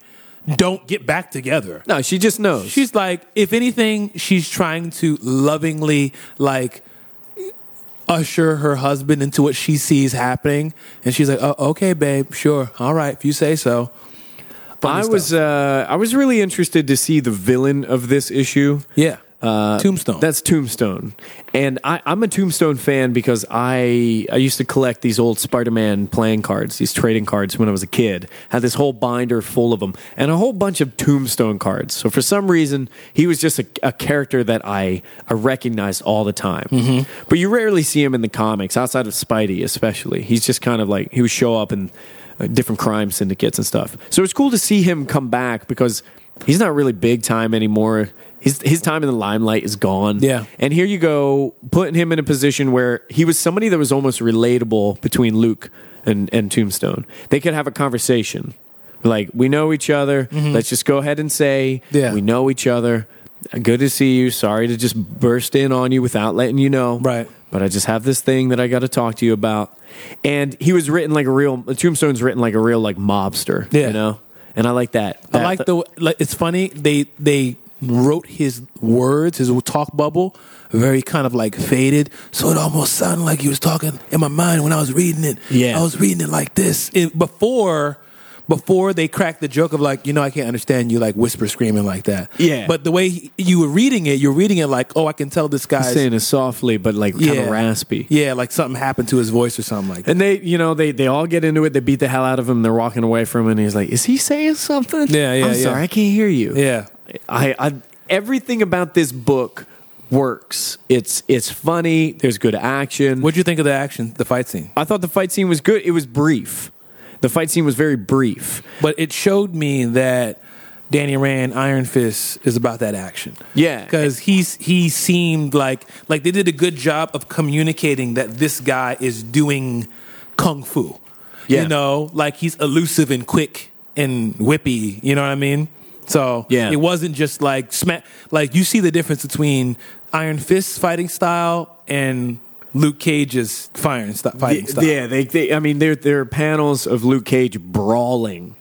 "Don't get back together." No, she just knows. She's like, if anything, she's trying to lovingly like usher her husband into what she sees happening, and she's like, "Oh, okay, babe, sure, all right, if you say so." Funny I stuff. was uh, I was really interested to see the villain of this issue. yeah, Tombstone. That's Tombstone, and I, I'm a Tombstone fan because I I used to collect these old Spider-Man playing cards, these trading cards when I was a kid. Had this whole binder full of them, and a whole bunch of Tombstone cards. So for some reason, he was just a, a character that I I recognized all the time. But you rarely see him in the comics, outside of Spidey, especially. He's just kind of like he would show up in uh, different crime syndicates and stuff. So it's cool to see him come back because he's not really big time anymore. His, his time in the limelight is gone. Yeah. And here you go, putting him in a position where he was somebody that was almost relatable between Luke and, and Tombstone. They could have a conversation. Like, we know each other. Let's just go ahead and say, Mm-hmm. Yeah. we know each other. Good to see you. Sorry to just burst in on you without letting you know. Right. But I just have this thing that I got to talk to you about. And he was written like a real, Tombstone's written like a real, like, mobster. Yeah. You know? And I like that. I like that, the. Like, it's funny they they wrote his words, his talk bubble, very kind of like faded, so it almost sounded like he was talking in my mind when I was reading it. Yeah. I was reading it like this It- before. Before they cracked the joke of like, you know, I can't understand you like whisper screaming like that. Yeah. But the way he- you were reading it, you're reading it like, oh, I can tell this guy's saying it softly, but like kind of raspy. Yeah, like something happened to his voice or something like that. And they, you know, they, they all get into it. They beat the hell out of him. They're walking away from him. And he's like, is he saying something? Yeah, yeah, I'm yeah. sorry. I can't hear you. Yeah. I, I, everything about this book works. It's, it's funny. There's good action. What'd you think of the action, the fight scene? I thought the fight scene was good. It was brief. The fight scene was very brief. But it showed me that Danny Rand Iron Fist is about that action. Yeah. because he's he seemed like like they did a good job of communicating that this guy is doing kung fu. Yeah. You know, like he's elusive and quick and whippy. You know what I mean? So Yeah. it wasn't just like smack. Like you see the difference between Iron Fist's fighting style and Luke Cage's firing st- fighting style. Yeah, they, they I mean there there are panels of Luke Cage brawling.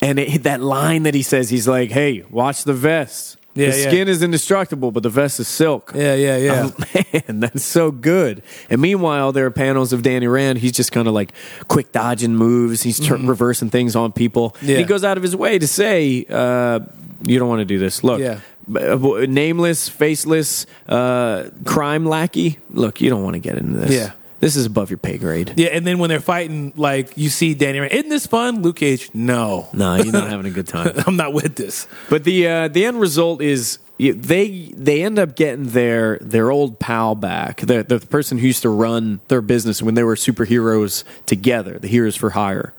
And it, that line that he says, he's like, "Hey, watch the vest. Yeah, the yeah. skin is indestructible, but the vest is silk." Yeah, yeah, yeah. Oh, man, that's so good. And meanwhile, there are panels of Danny Rand. He's just kind of like quick dodging moves. He's tur- reversing things on people. Mm-hmm. Yeah. He goes out of his way to say, uh, "You don't want to do this. Look, Yeah. uh, nameless, faceless uh, crime lackey. Look, you don't want to get into this. Yeah. this is above your pay grade. Yeah, and then when they're fighting, like you see Danny Rand, isn't this fun? Luke Cage, no, No, you're not having a good time. I'm not with this. But the uh, the end result is you- they they end up getting their their old pal back, the the person who used to run their business when they were superheroes together, the heroes for hire.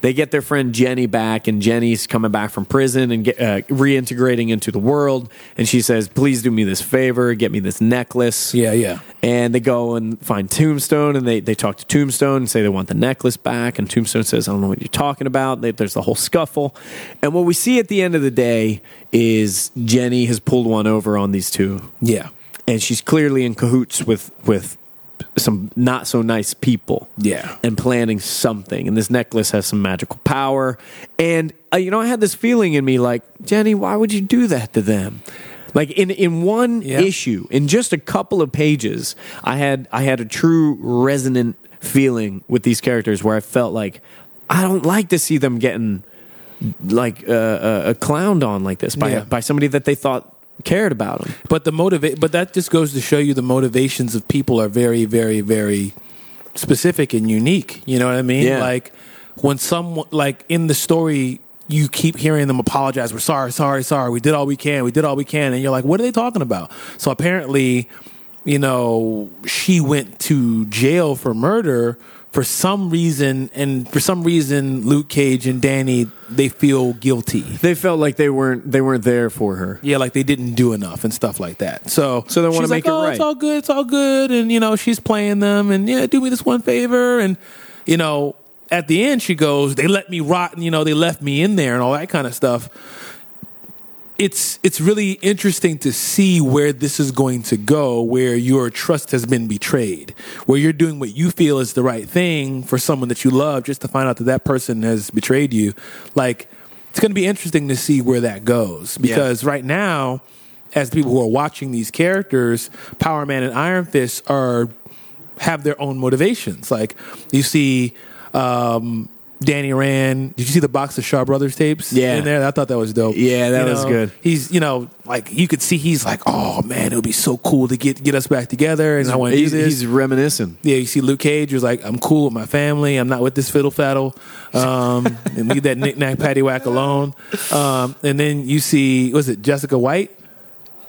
They get their friend Jenny back, and Jenny's coming back from prison and get, uh, reintegrating into the world. And she says, "Please do me this favor, get me this necklace." Yeah, yeah. And they go and find Tombstone and they, they talk to Tombstone and say they want the necklace back. And Tombstone says, I don't know what you're talking about. They, there's the whole scuffle. And what we see at the end of the day is Jenny has pulled one over on these two. Yeah, And she's clearly in cahoots with, with some not so nice people. Yeah. And planning something. And this necklace has some magical power. And, uh, you know, I had this feeling in me like, Jenny, why would you do that to them? Like in, in one Yeah. issue, in just a couple of pages, I had I had a true resonant feeling with these characters where I felt like I don't like to see them getting like uh, uh, uh, clowned on like this by Yeah. by somebody that they thought cared about them. but the motivate, but that just goes to show you the motivations of people are very, very, very specific and unique. You know what I mean? Yeah. Like when someone, like in the story, you keep hearing them apologize. We're sorry, sorry, sorry. We did all we can. We did all we can, and you're like, what are they talking about? So apparently, you know, she went to jail for murder. For some reason, and for some reason, Luke Cage and Danny they feel guilty. They felt like they weren't they weren't there for her. Yeah, like they didn't do enough and stuff like that. So, So they wanna she's make like, it oh, right." It's all good. It's all good. And you know, she's playing them, and yeah, do me this one favor, and you know, at the end she goes, they let me rot, and you know, they left me in there, and all that kind of stuff. It's it's really interesting to see where this is going to go, where your trust has been betrayed, where you're doing what you feel is the right thing for someone that you love, just to find out that that person has betrayed you. Like, it's going to be interesting to see where that goes because because right now, as people who are watching these characters, Power Man and Iron Fist are have their own motivations. Like you see um, Danny Rand. Did you see the box of Shaw Brothers tapes? Yeah. in there. I thought that was dope. Yeah, that You was know, good. He's you know like you could see he's like oh man it would be so cool to get get us back together and I want to do He's, this. he's reminiscent. Yeah, you see Luke Cage was like, I'm cool with my family. I'm not with this fiddle faddle. Um, and leave that knick-knack paddywhack alone. Um, and then you see, was it Jessica White?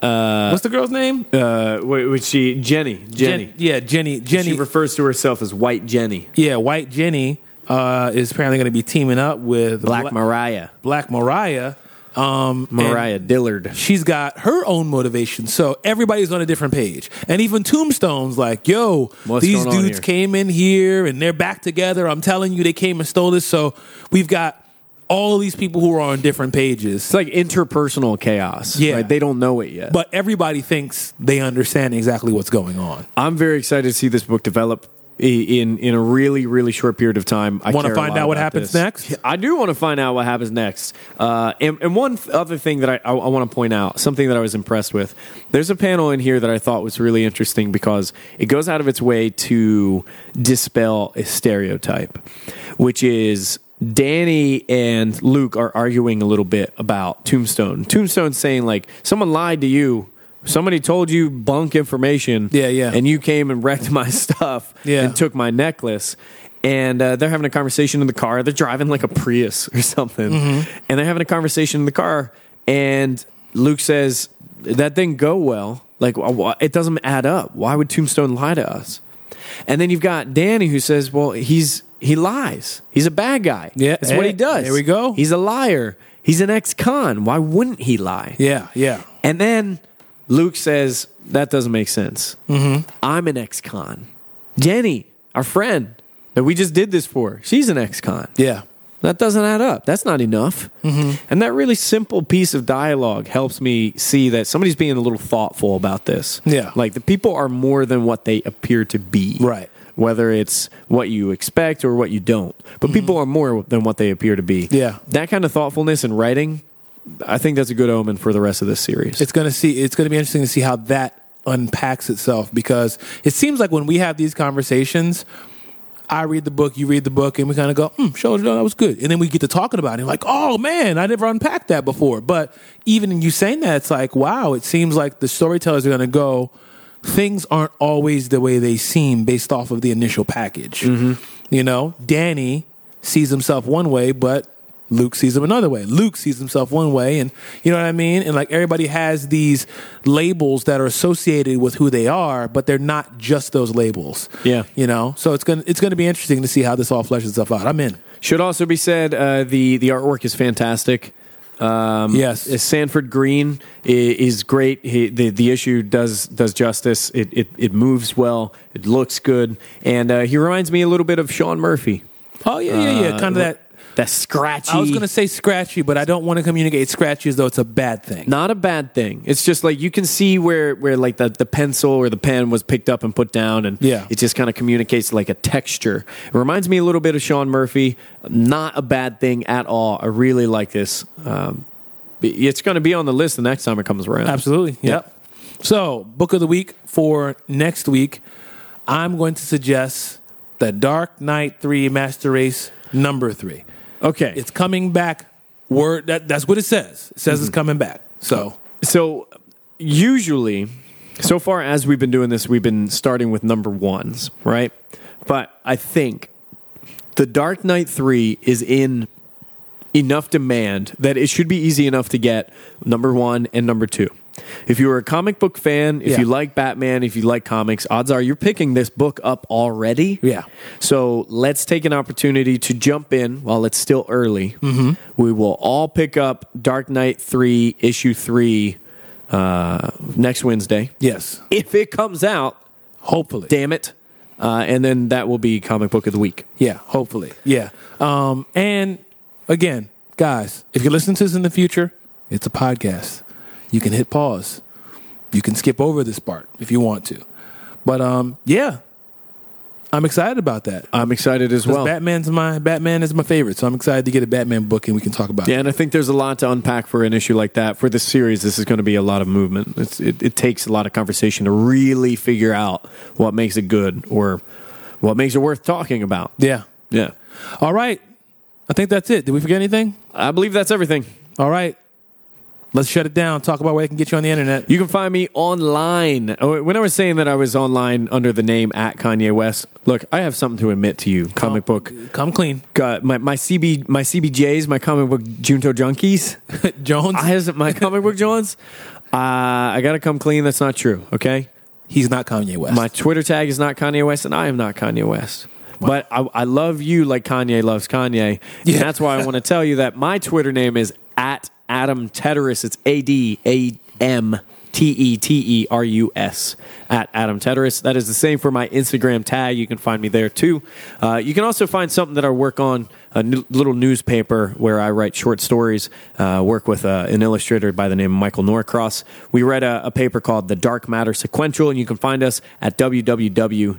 Uh, What's the girl's name? Uh, which she Jenny Jenny. Jen- yeah, Jenny. Jenny. She refers to herself as White Jenny, yeah, White Jenny uh, is apparently going to be teaming up with Black Bla- Mariah, Black Mariah. Um, and- Mariah Dillard. she's got her own motivation. So everybody's on a different page. And even Tombstone's like, yo, What's these going on dudes here? came in here and they're back together. I'm telling you, they came and stole this. So we've got all these people who are on different pages. It's like interpersonal chaos. Yeah. right? they don't know it yet. But everybody thinks they understand exactly what's going on. I'm very excited to see this book develop i- in in a really really short period of time. I Wanna care a find lot out what about happens this. next? I do want to find out what happens next. Uh, and, and one th- other thing that I, I, I want to point out, something that I was impressed with. There's a panel in here that I thought was really interesting because it goes out of its way to dispel a stereotype, which is. Danny and Luke are arguing a little bit about Tombstone. Tombstone saying like someone lied to you, somebody told you bunk information. Yeah, yeah. And you came and wrecked my stuff Yeah. and took my necklace. And uh, they're having a conversation in the car. They're driving like a Prius or something. Mm-hmm. And they're having a conversation in the car. And Luke says, That didn't go well. Like, wh- wh- it doesn't add up. Why would Tombstone lie to us? And then you've got Danny who says, Well, he's he lies. He's a bad guy. Yeah, That's what eh, he does. there we go. He's a liar. He's an ex con. Why wouldn't he lie? Yeah, yeah. And then Luke says, That doesn't make sense. Mm-hmm. I'm an ex con. Jenny, our friend that we just did this for, she's an ex con. Yeah. Mm-hmm. That doesn't add up. That's not enough. And that really simple piece of dialogue helps me see that somebody's being a little thoughtful about this. Yeah. Like the people are more than what they appear to be. Right. Whether it's what you expect or what you don't. But people are more than what they appear to be. Mm-hmm. Yeah. That kind of thoughtfulness in writing, I think that's a good omen for the rest of this series. It's gonna see. It's gonna be interesting to see how that unpacks itself because it seems like when we have these conversations, I read the book, you read the book, and we kind of go, hmm, shows no, that was good. And then we get to talking about it, like, oh man, I never unpacked that before. But even in you saying that, it's like, wow, it seems like the storytellers are going to go, things aren't always the way they seem based off of the initial package. You know, Danny sees himself one way, but Luke sees him another way. Luke sees himself one way, and you know what I mean? And like everybody has these labels that are associated with who they are, but they're not just those labels. Yeah. You know? So it's gonna it's gonna be interesting to see how this all fleshes itself out. I'm in. Should also be said, uh, the the artwork is fantastic. Um, Yes. uh, Sanford Green i- is great. He, the the issue does does justice. It it, it moves well. It looks good, and uh, he reminds me a little bit of Sean Murphy. Oh yeah, yeah, yeah. Uh, kind of that that scratchy. I was gonna say scratchy, but I don't want to communicate scratchy as though it's a bad thing. not a bad thing. It's just like you can see where where like the, the pencil or the pen was picked up and put down, and Yeah. it just kind of communicates like a texture. It reminds me a little bit of Sean Murphy. Not a bad thing at all. I really like this. Um, it's going to be on the list the next time it comes around. Absolutely. Yep. So, book of the week for next week, I'm going to suggest The Dark Knight 3 Master Race number 3. Okay, It's coming back. Word that that's what it says. It says it's coming back. So, so usually so far as we've been doing this we've been starting with number ones right but i think the dark knight 3 is in enough demand that it should be easy enough to get number one and number two if you're a comic book fan if Yeah. you like batman if you like comics odds are you're picking this book up already Yeah. so let's take an opportunity to jump in while it's still early. Mm-hmm. We will all pick up Dark Knight 3, issue 3, uh, next Wednesday. yes. If it comes out, Hopefully. damn it. Uh, and then that will be comic book of the week. Yeah, hopefully. Yeah. Um, and again, guys, if you listen to this in the future, it's a podcast. You can hit pause. You can skip over this part if you want to. But um, yeah, I'm excited about that. 'Cause I'm excited as well. Batman's my Batman is my favorite, so I'm excited to get a Batman book and we can talk about yeah, and I think there's a lot to unpack for an issue like that. For this series, this is going to be a lot of movement. It's, it, it takes a lot of conversation to really figure out what makes it good or what makes it worth talking about. it. Yeah. Yeah. All right. I think that's it. Did we forget anything? I believe that's everything. All right. Let's shut it down. Talk about where they can get you on the internet. You can find me online. Oh, When I was saying that I was online under the name at Kanye West, look, I have something to admit to you, comic book. Come clean. God, my, my CB my CBJs, my comic book Junto junkies. Jones, I has my comic book Johns. Uh, I gotta come clean. That's not true. Okay, he's not Kanye West. my Twitter tag is not Kanye West, and I am not Kanye West. But I, I love you like Kanye loves Kanye, Yeah. and that's why I want to tell you that my Twitter name is at Adam Teterus. It's A D A M T E T E R U S at Adam Teterus. That is the same for my Instagram tag. You can find me there too. Uh, you can also find something that I work on a new, little newspaper where I write short stories. Uh, work with uh, an illustrator by the name of Michael Norcross. We read a, a paper called "The Dark Matter Sequential," and you can find us at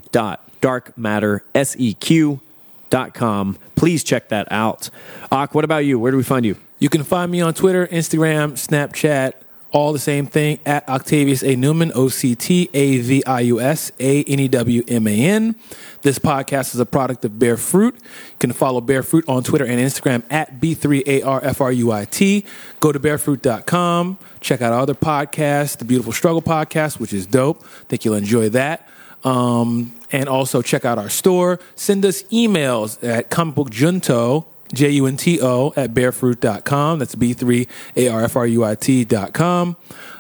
E www.darkmatterseq.com. Please check that out. Ak, what about you? Where do we find you? You can find me on Twitter, Instagram, Snapchat, all the same thing at Octavius A. Newman, O C T A V I U S A N E W M A N. This podcast is a product of Bear Fruit. You can follow Bear Fruit on Twitter and Instagram at B3ARFRUIT. Go to barefruit.com. Check out our other podcasts, the Beautiful Struggle podcast, which is dope. think you'll enjoy that. Um, and also check out our store. Send us emails at comicbookjunto, J U N T O, at barefruit.com. That's B 3 A R F R U I T.com.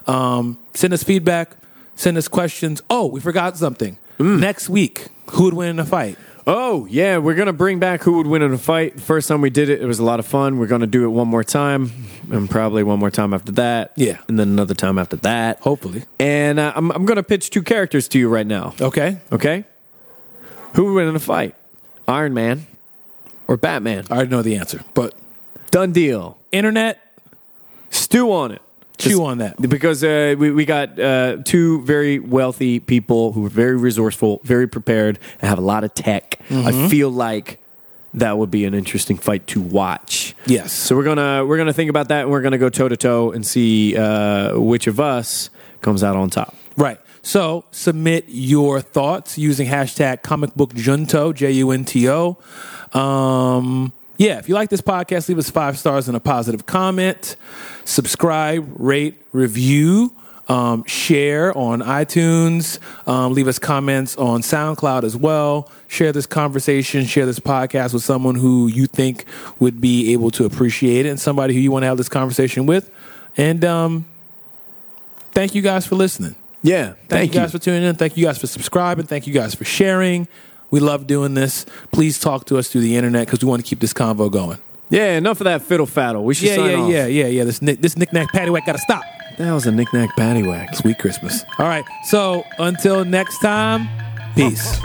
Um, send us feedback. Send us questions. Oh, we forgot something. Next week, who would win in a fight? Oh, yeah, we're going to bring back who would win in a fight. The first time we did it, it was a lot of fun. We're going to do it one more time, and probably one more time after that. Yeah. And then another time after that. Hopefully. And uh, I'm, I'm going to pitch two characters to you right now. Okay. Okay? Who would win in a fight? Iron Man or Batman? I already know the answer, but Done deal. internet, Stew on it. chew on that. Because uh, we, we got uh, two very wealthy people who are very resourceful, very prepared, and have a lot of tech. Mm-hmm. I feel like that would be an interesting fight to watch. Yes. So we're gonna we're gonna think about that, and we're gonna go toe to toe and see uh, which of us comes out on top. Right. So submit your thoughts using hashtag comic book junto, J U N T O. Um, yeah, if you like this podcast, leave us five stars and a positive comment. Subscribe, rate, review, um, share on iTunes. Um, leave us comments on SoundCloud as well. Share this conversation, share this podcast with someone who you think would be able to appreciate it and somebody who you want to have this conversation with. And um, thank you guys for listening. Yeah. Thank, you guys for tuning in. Thank you guys for subscribing. Thank you guys for sharing. We love doing this. Please talk to us through the internet because we want to keep this convo going. yeah, enough of that fiddle faddle. We should Yeah, sign yeah, off. yeah, yeah, yeah. This nick, this knickknack paddywhack got to stop. That was a knick-knack paddywhack. Sweet Christmas. All right. So until next time, peace.